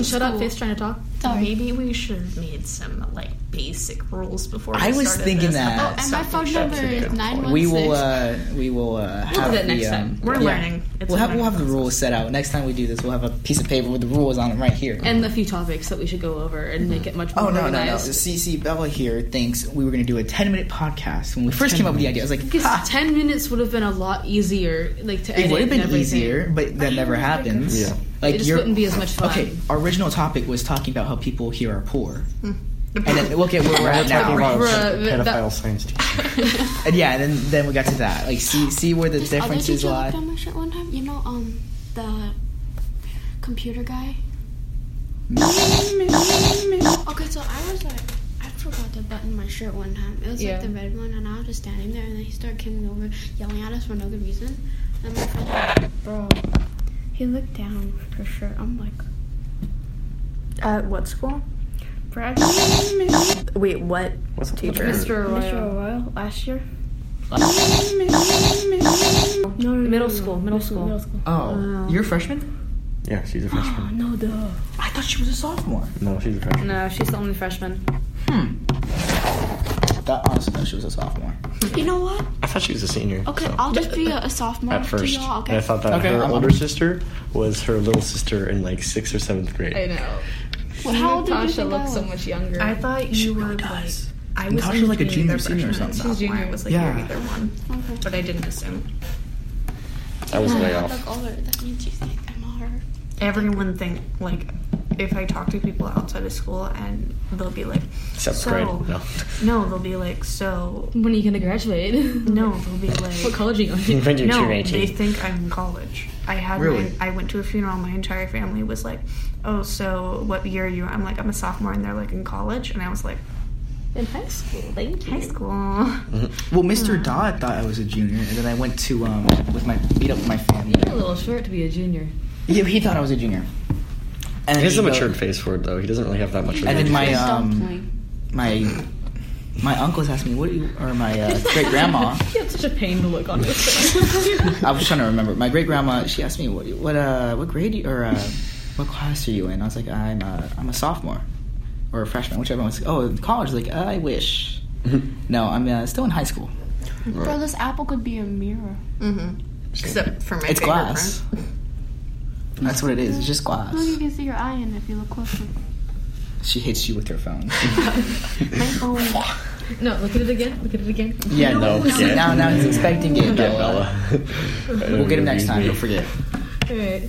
S3: Shut up, Faith's trying to talk.
S1: Maybe we should have made some like basic rules before. We
S2: I was
S1: started
S2: thinking
S1: this.
S2: that.
S5: and my phone number is nine one six.
S2: We will, uh, we will, uh,
S1: We'll
S2: have
S1: do that
S2: the,
S1: next
S2: um,
S1: time. We're
S2: yeah.
S1: learning. It's
S2: We'll
S1: a
S2: have, we'll
S1: learning
S2: have the rules set out. Next time we do this, we'll have a piece of paper with the rules on it right here.
S3: And the few topics that we should go over and make it much more
S2: Oh no no no! <laughs>
S3: organized.
S2: CC Bella here thinks we were going to do a ten-minute podcast when we first came up with the idea. I was like,
S3: Because
S2: "Ha,
S3: ten minutes would have been a lot easier, like to edit.
S2: it would have been
S3: and everything.
S2: easier, but that never happens.
S4: Yeah.
S2: like
S3: it just
S2: you're-
S3: wouldn't be as much fun. <laughs>
S2: Okay, our original topic was talking about how people here are poor, and then look at where we're at
S4: Talking
S2: now.
S4: about
S3: Bruh,
S4: pedophile
S3: that-
S4: science teacher.
S2: And yeah, and then then we got to that. Like, see see where the
S5: This other
S2: differences
S5: teacher
S2: lie.
S5: looked at my shirt one time. You know, um, the computer guy. Okay, so I was like, I forgot to button my shirt one time. It was
S3: Yeah.
S5: like the red one, and I was just standing there, and then he started coming over, yelling at us for no good reason. And my friend, like, bro, he looked down for sure. I'm like,
S9: At what school?
S5: Brad,
S9: Wait, what?
S4: What's up with
S9: Teacher.
S4: that?
S3: Mr.
S9: Mr.
S3: Arroyo.
S9: Royal last year?
S5: Mr.
S9: No, no, no,
S3: Middle
S9: no, no.
S3: school, middle school.
S9: Middle school.
S2: Oh, you're a freshman?
S4: Yeah, she's a freshman.
S9: No, duh.
S2: I thought she was a sophomore.
S4: No, she's a freshman.
S3: No, she's the only freshman.
S2: I thought honestly thought she was a sophomore.
S5: You know what?
S4: I thought she was a senior.
S5: Okay,
S4: so-
S5: I'll just be a, a sophomore
S4: At
S5: to
S4: first,
S5: y'all.
S4: and I
S5: Okay.
S4: thought that
S2: Okay,
S4: her
S2: I'm-
S4: older sister was her little sister in like sixth or seventh grade.
S12: I know.
S5: Well, how old did you
S12: Natasha
S5: think I
S12: looks so
S5: was?
S12: much younger.
S9: I thought you were like. I was
S2: thought you were like a
S9: actually
S2: junior,
S9: either
S2: senior or
S9: freshman
S2: something.
S12: She's
S9: sophomore. I
S12: junior.
S9: was like
S2: Yeah.
S9: you're either one,
S5: Okay.
S9: but I didn't assume.
S4: I was way
S5: I
S4: off.
S5: look older. That means you think I'm older.
S9: Everyone think like if I talk to people outside of school and they'll be like,
S4: Seventh
S9: so
S4: grade. No.
S9: no, they'll be like so
S3: When are you gonna graduate?
S9: no, they'll be like
S3: what college are you going to?
S4: When you're
S9: no,
S4: turn
S9: they
S4: 18.
S9: think I'm in college. I had
S2: Really?
S9: my, I went to a funeral. My entire family was like, "Oh, so what year are you?" I'm like, "I'm a sophomore," and they're like, "In college," and I was like,
S3: In high school, thank
S9: "High school."
S1: Mm-hmm.
S2: Well, Mr. Dodd thought I was a junior, and then I went to um with my meet up with my family.
S3: You're a little short to be a junior.
S2: Yeah, he thought I was a junior. And
S4: He has a
S2: then go-
S4: matured face for it though. He doesn't really have that much. of
S2: And
S4: a
S2: then my
S4: face.
S2: um my my uncles asked me what do you, or my uh, great grandma.
S3: You have such a pain to look on your face.
S2: I was trying to remember. My great grandma, she asked me, "What, what, uh, what grade you, or uh, what class are you in?" I was like, "I'm a, I'm a sophomore or a freshman, whichever one." was- Oh, in college. Like, I
S4: <laughs>
S2: wish. no, I'm uh, still in high school.
S5: Bro, this apple could be a mirror.
S1: Mm-hmm. Except for my
S2: It's
S1: favorite
S2: glass. That's what it is. It's just
S5: Look, <laughs> you
S2: glass.
S5: can see your eye in it if you look closely.
S2: She hits you with her phone. <laughs>
S5: My phone.
S3: <laughs> No, look at it again. Look at it again.
S2: yeah, no.
S4: No, get-
S2: now, now he's expecting it.
S4: Get
S2: Bella.
S4: Bella. <laughs>
S2: We'll get him next time. Don't forget.
S3: All right.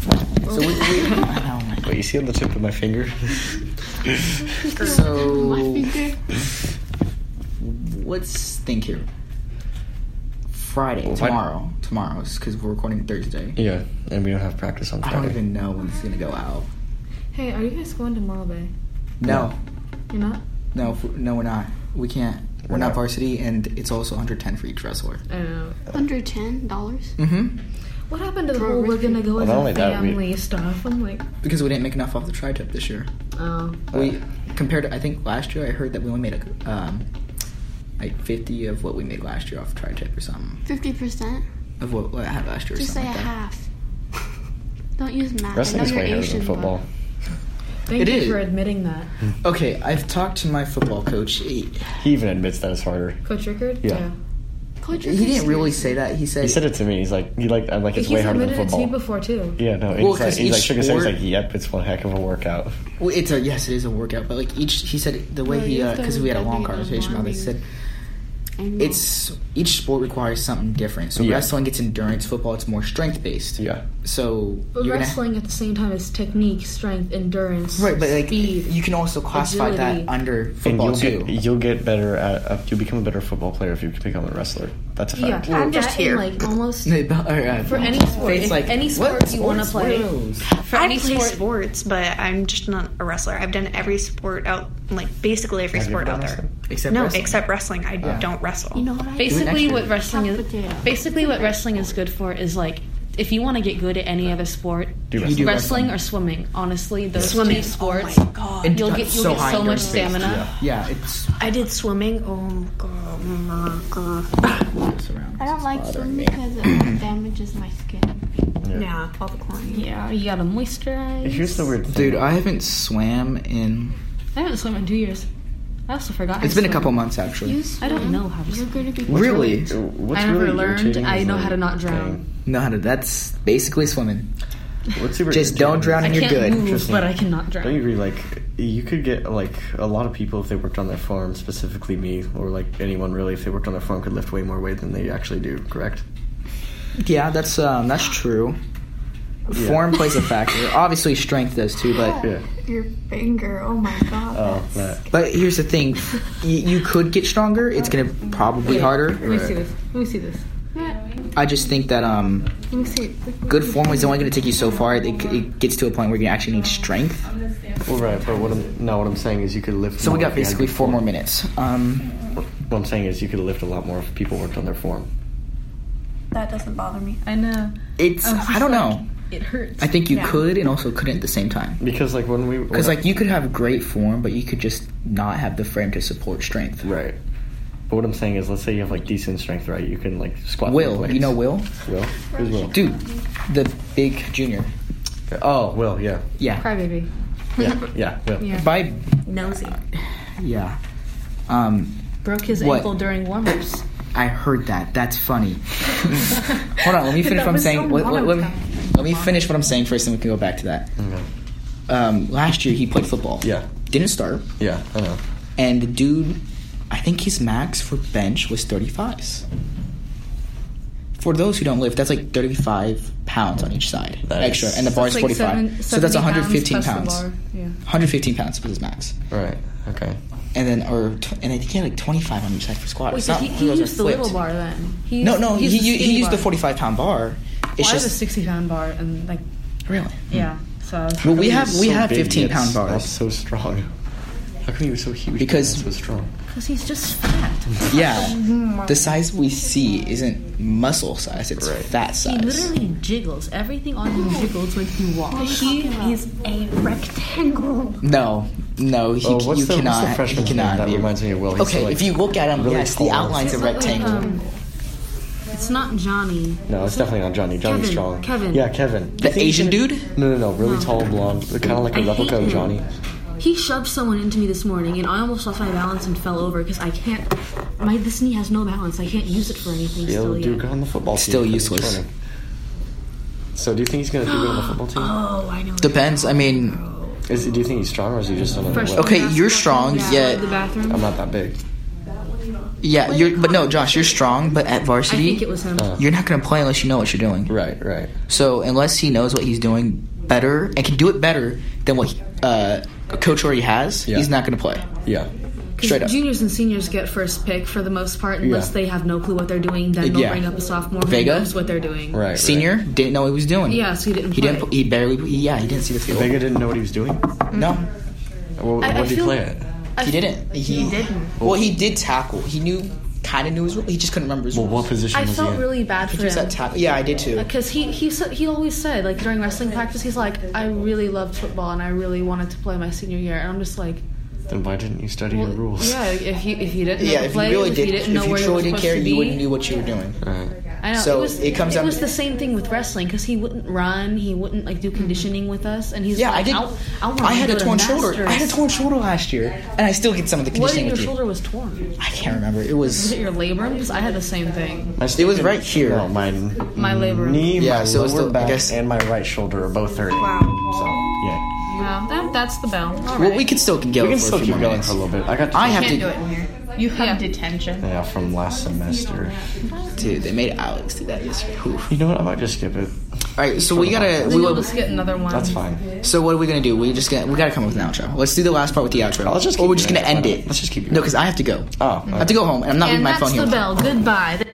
S2: So we. <laughs> we oh my
S4: Wait, you see on the tip of my
S2: <laughs>
S4: finger?
S2: god. So.
S5: My finger.
S2: let's think here. Friday,
S4: Well, why-
S2: tomorrow, tomorrow's because we're recording Thursday.
S4: yeah, and we don't have practice on
S2: I
S4: Friday.
S2: don't even know when it's gonna go out.
S3: Hey, are you guys going to Malbay?
S2: No,
S3: You're not.
S2: no, f- no, we're not. We can't. We're,
S4: We're
S2: not
S4: not.
S2: varsity, and it's also under ten for each wrestler.
S3: I don't
S13: Uh,
S3: know.
S5: Under ten dollars.
S2: Mm-hmm.
S3: What happened to the whole we're gonna go
S4: Well,
S3: as
S4: not only
S3: a
S4: that, we-
S3: family stuff? I'm like,
S2: Because we didn't make enough off the tri tip this year.
S3: oh.
S2: We compared. To, I think last year I heard that we only made a, um, like fifty of what we made last year off tri tip or something
S5: Fifty percent.
S2: of what, what I had last year. Or
S5: Just say
S2: something like
S5: a
S2: that.
S5: half. Don't use math. I know
S4: Wrestling's
S5: you're
S4: way harder
S5: Asian,
S4: than
S5: but-
S4: football.
S3: Thank
S2: It
S3: you
S2: is.
S3: for admitting that,
S2: Okay, I've talked to my football coach. He,
S4: He even admits that it's harder.
S3: Coach Rickard.
S4: Yeah.
S5: Coach,
S2: he didn't really say that. He said
S4: He said it to me. He's like, he like, I'm like, it's
S3: He's
S4: way harder than
S3: admitted it to you
S4: football.
S3: before too.
S4: Yeah, no.
S2: Well,
S4: he's like,
S2: 'cause
S4: he's like,
S2: each
S4: sugar said, he's
S2: sport-
S4: like, yep, it's one heck of a workout.
S2: Well, it's a yes, it is a workout, but like each he said the way
S5: Well,
S2: he
S5: you have to
S2: because we had a
S5: remember
S2: long
S5: the
S2: conversation about this. He said it's each sport requires something different. So
S4: Yeah.
S2: wrestling, it's endurance. Football, it's more strength based.
S4: Yeah.
S2: So
S3: But
S2: you're gonna
S3: wrestling at the same time is technique, strength, endurance,
S2: right, but like
S3: speed.
S2: you can also classify
S3: agility.
S2: that under
S4: And
S2: football
S4: you'll
S2: too. <laughs>
S4: get, you'll get better at, uh, you'll become a better football player if you become a wrestler. That's a
S3: yeah,
S4: fact.
S3: I'm
S1: just here.
S3: Like
S13: <laughs>
S3: almost
S2: No, but- or, uh,
S3: for any sport,
S2: Faith's
S3: in
S2: like,
S3: any sport
S2: "What
S3: you want to
S2: sports
S3: play.
S2: were those?"
S1: For any sport. sports, but I'm just not a wrestler. I've done every sport out, like basically every
S4: Have you
S1: sport
S4: ever
S1: out
S4: done
S1: there.
S4: wrestling?
S2: Except
S1: no,
S2: wrestling.
S1: except wrestling. I
S2: Yeah.
S1: don't wrestle.
S5: You know what I
S2: next
S13: Basically, what
S2: year.
S13: wrestling
S5: Tough
S13: is
S5: potato.
S13: basically what wrestling is good for is like if you want to get good at any other sport,
S4: Do
S13: wrestling,
S4: wrestling.
S13: or swimming. Honestly, those
S1: Swimming.
S13: two sports,
S1: Oh my god.
S2: And
S13: you'll
S2: got
S13: get you'll get
S2: high
S13: so
S2: in
S13: much
S2: endurance based.
S13: stamina.
S2: Yeah, it's
S1: I did swimming. Oh my god. my god.
S2: it's around.
S5: I don't like swimming because it <clears throat> damages my skin.
S4: Yeah.
S9: Yeah, all the chlorine.
S3: Yeah, you gotta moisturize.
S4: Here's the weird thing.
S2: Dude, I haven't swam in.
S3: I haven't swum in two years. I also forgot.
S2: It's
S3: I
S2: been a
S3: swim.
S2: couple months actually.
S3: I don't know how to
S5: You're
S3: swim.
S5: gonna be.
S2: Really?
S4: What's
S3: I never
S4: really
S3: learned.
S4: irritating
S3: I
S4: is,
S3: know
S4: like,
S3: how to not drown.
S2: No, no, that's basically swimming.
S4: dang. What's super
S2: Just don't
S4: irritating
S2: drown
S4: is-
S2: and you're
S3: I can't
S2: good.
S3: move,
S4: Interesting.
S3: but I cannot drown.
S4: Don't you agree? Like, you could get like a lot of people if they worked on their farm, specifically me, or like anyone really, if they worked on their farm, could lift way more weight than they actually do. Correct?
S2: Yeah, that's um, that's true. Form plays a <laughs> factor. Obviously, strength does too, but
S4: <laughs> Yeah.
S9: Your finger. Oh my god.
S4: Oh,
S9: that's-
S4: that.
S2: but here's the thing: y- you could get stronger. It's gonna probably harder.
S3: Let me see this. Let me see this.
S2: I just think that um,
S3: Let me see.
S2: good form is only gonna take you so far. It, it gets to a point where you actually need strength.
S4: Well, right, but what I'm no, what I'm saying is you could lift.
S2: So we
S4: more
S2: got
S4: if you had
S2: basically
S4: good
S2: four more
S4: form.
S2: minutes. Um,
S4: What I'm saying is you could lift a lot more if people worked on their form.
S9: That doesn't bother me.
S3: I know
S2: it's Oh,
S3: I'm just
S2: I don't
S3: like-
S2: know.
S3: it hurts.
S2: I think you
S9: Yeah.
S2: could and also couldn't at the same time.
S4: Because like when we
S2: Because like you could have great form, but you could just not have the frame to support strength.
S4: right. But what I'm saying is, let's say you have like decent strength, right? You can like squat.
S2: Will,
S4: with
S2: you know
S4: weights.
S2: Will,
S4: Will. Who's Will?
S2: dude, the big junior.
S4: Oh, Will. Yeah.
S2: Yeah,
S3: Crybaby.
S4: Yeah. Yeah. Will.
S3: Yeah.
S2: by
S1: Nosy.
S2: yeah. Um,
S3: Broke his
S2: What?
S3: ankle during warm-ups.
S2: I heard that. That's funny. <laughs> Hold on, let me finish what I'm saying. let, let- let me, let me finish what I'm saying first, and we can go back to that.
S4: Okay.
S2: Um, last year he played football.
S4: Yeah.
S2: didn't start,
S4: Yeah. I know.
S2: and the dude, I think his max for bench was 35s. For those who don't lift, that's like 35 pounds on each side
S4: That is-
S2: extra, and the bar's
S3: That's like
S2: 45.
S3: seven-
S2: so that's
S3: 70
S2: 115
S3: plus the
S2: pounds.
S3: bar. Yeah.
S2: 115 pounds was his max,
S4: Right. Okay.
S2: and then or t- and I think he had like 25 on each side for squats.
S3: Wait, so
S2: Not-
S3: he,
S2: those
S3: he
S2: are
S3: used the little
S2: flipped.
S3: bar then. He
S2: No,
S3: used-
S2: no, he,
S3: the
S2: u-
S3: skinny
S2: he used the
S3: bar.
S2: 45 pound bar.
S3: Well,
S2: It's
S3: I have a
S2: just Hmm.
S3: 60 pound bar and like
S2: really.
S3: yeah. So I was-
S2: Well, we have we have 15 pound
S4: That's
S2: bars.
S4: so strong. How come he was so huge?
S2: Because-
S4: but yet so strong.
S3: Cause he's just fat. <laughs>
S2: Yeah, the size we see isn't muscle size; it's
S4: Right.
S2: fat
S3: He
S2: size.
S3: literally jiggles. Everything on him jiggles when he walks.
S9: He is a rectangle.
S2: No, no, he,
S4: Oh, what's
S2: you
S4: the,
S2: cannot.
S4: What's the freshman
S2: he cannot.
S4: name? That
S2: be-
S4: reminds me of Will. He's
S2: okay,
S4: like-
S2: if you look at him,
S4: really
S2: yes, the
S4: tall.
S2: outline's a rectangle.
S3: Um, it's not Johnny.
S4: No, it's definitely not Johnny. Johnny's
S3: Kevin,
S4: strong.
S3: Kevin.
S4: Yeah, Kevin.
S2: the Asian dude.
S4: No, no, no. Really tall, blonde. Kind of like
S3: I
S4: a
S3: hate
S4: replica
S3: him.
S4: of Johnny.
S3: He shoved someone into me this morning, and I almost lost my balance and fell over because I can't. My this knee has no balance. I can't use it for anything
S4: Yeah,
S3: still
S4: dude,
S3: yet.
S4: got on the football team.
S2: Still
S4: because he's
S2: useless.
S4: running. So, do you think he's gonna do good on the football
S3: <gasps>
S4: team?
S9: Oh, I know.
S2: Depends. I mean,
S4: Is he, do you think he's strong or is he just another?
S3: Freshman
S4: Will?
S2: Okay, you're
S3: basketball
S2: strong,
S3: team,
S2: yet-
S3: The bathroom.
S4: I'm not that big.
S2: yeah, you're. But no, Josh, you're strong. But at
S3: I think
S2: varsity,
S3: it was him.
S4: Uh,
S2: you're not gonna play unless you know what you're doing.
S4: Right, right.
S2: So unless he knows what he's doing better and can do it better than what uh, a coach already has,
S4: Yeah.
S2: he's not going to play.
S4: Yeah.
S3: 'Cause
S2: straight up.
S3: Juniors and seniors get first pick for the most part, unless
S4: Yeah.
S3: they have no clue what they're doing. Then they'll
S2: Yeah.
S3: bring up a sophomore who
S2: Vega?
S3: knows what they're doing.
S4: Right. right.
S2: Senior didn't know what he was doing.
S3: Yeah, so he didn't.
S2: He
S3: play.
S2: didn't. He barely. He, yeah, he didn't see the field.
S4: Vega didn't know what he was doing.
S2: No,
S4: What,
S13: I- I
S4: what did he
S13: feel-
S4: play at?
S2: he didn't. He, didn't. Well, he did tackle. He knew, kind of knew his role. He just couldn't remember his
S4: Well,
S2: role.
S4: what position
S13: I
S4: was he
S13: felt
S4: in?
S13: really bad
S2: he
S13: for
S2: was
S13: him
S2: that tackle. Yeah, I did too.
S13: because he he said he always said like during wrestling practice he's like I really loved football and I really wanted to play my senior year and I'm just like
S4: Then why didn't you study
S13: well,
S4: your rules?
S13: yeah if you if you didn't know
S2: Yeah,
S13: the
S2: if you
S13: plays,
S2: really
S13: if
S2: did,
S13: you
S2: if
S13: didn't know
S2: you
S13: where you were
S2: truly didn't
S13: supposed
S2: care,
S13: to be,
S2: you wouldn't knew what you were doing.
S4: Right.
S13: I know.
S2: So
S13: it was,
S2: it comes
S13: It
S2: out-
S13: was the same thing with wrestling because he wouldn't run, he wouldn't like do conditioning with us, and he's
S2: Hmm. Yeah,
S13: like,
S2: I did.
S13: I, I, wanna
S2: I had
S13: go
S2: a
S13: to
S2: torn shoulder.
S13: masters."
S2: I had a torn shoulder last year, and I still get some of the
S13: What in
S2: conditioning
S13: your
S2: with you.
S13: shoulder was torn?
S2: I can't remember. It
S13: Was <laughs>
S2: was.
S13: it your labrum? Because I had the same thing.
S4: My
S2: It was right
S4: stupid-
S2: here.
S4: No, my
S13: My labrum.
S4: knee,
S2: Yeah,
S4: my
S2: so it's
S4: lower
S2: the- I
S4: back,
S2: guess-
S4: and my right shoulder are both hurting. So
S3: Wow, that, that's the bell. All right.
S2: Well, we could still go
S4: yeah, we can
S2: for
S4: still
S2: a few
S4: keep
S2: more
S4: going
S2: minutes.
S4: for a little bit. I got. To
S2: I have to.
S9: Can't do it in here.
S1: You have detention.
S4: Yeah, from last semester.
S2: Dude, they made Alex do that yesterday. Oof.
S4: You know what? I might just skip it.
S2: All right, so we gotta.
S10: Then
S2: We,
S10: you'll
S2: will-
S10: just get another one.
S4: That's fine.
S2: so what are we gonna do? We just gonna, we gotta come up with an outro. Let's do the last part with the outro.
S4: Let's just
S2: or
S4: keep
S2: we're just
S4: doing
S2: gonna
S4: it.
S2: end
S4: Why
S2: it.
S4: not? Let's just keep
S2: No, because I have to go.
S4: Oh,
S2: I have to go home, and I'm not
S10: and
S2: leaving my
S10: that's
S2: phone here.
S10: the bell. Goodbye.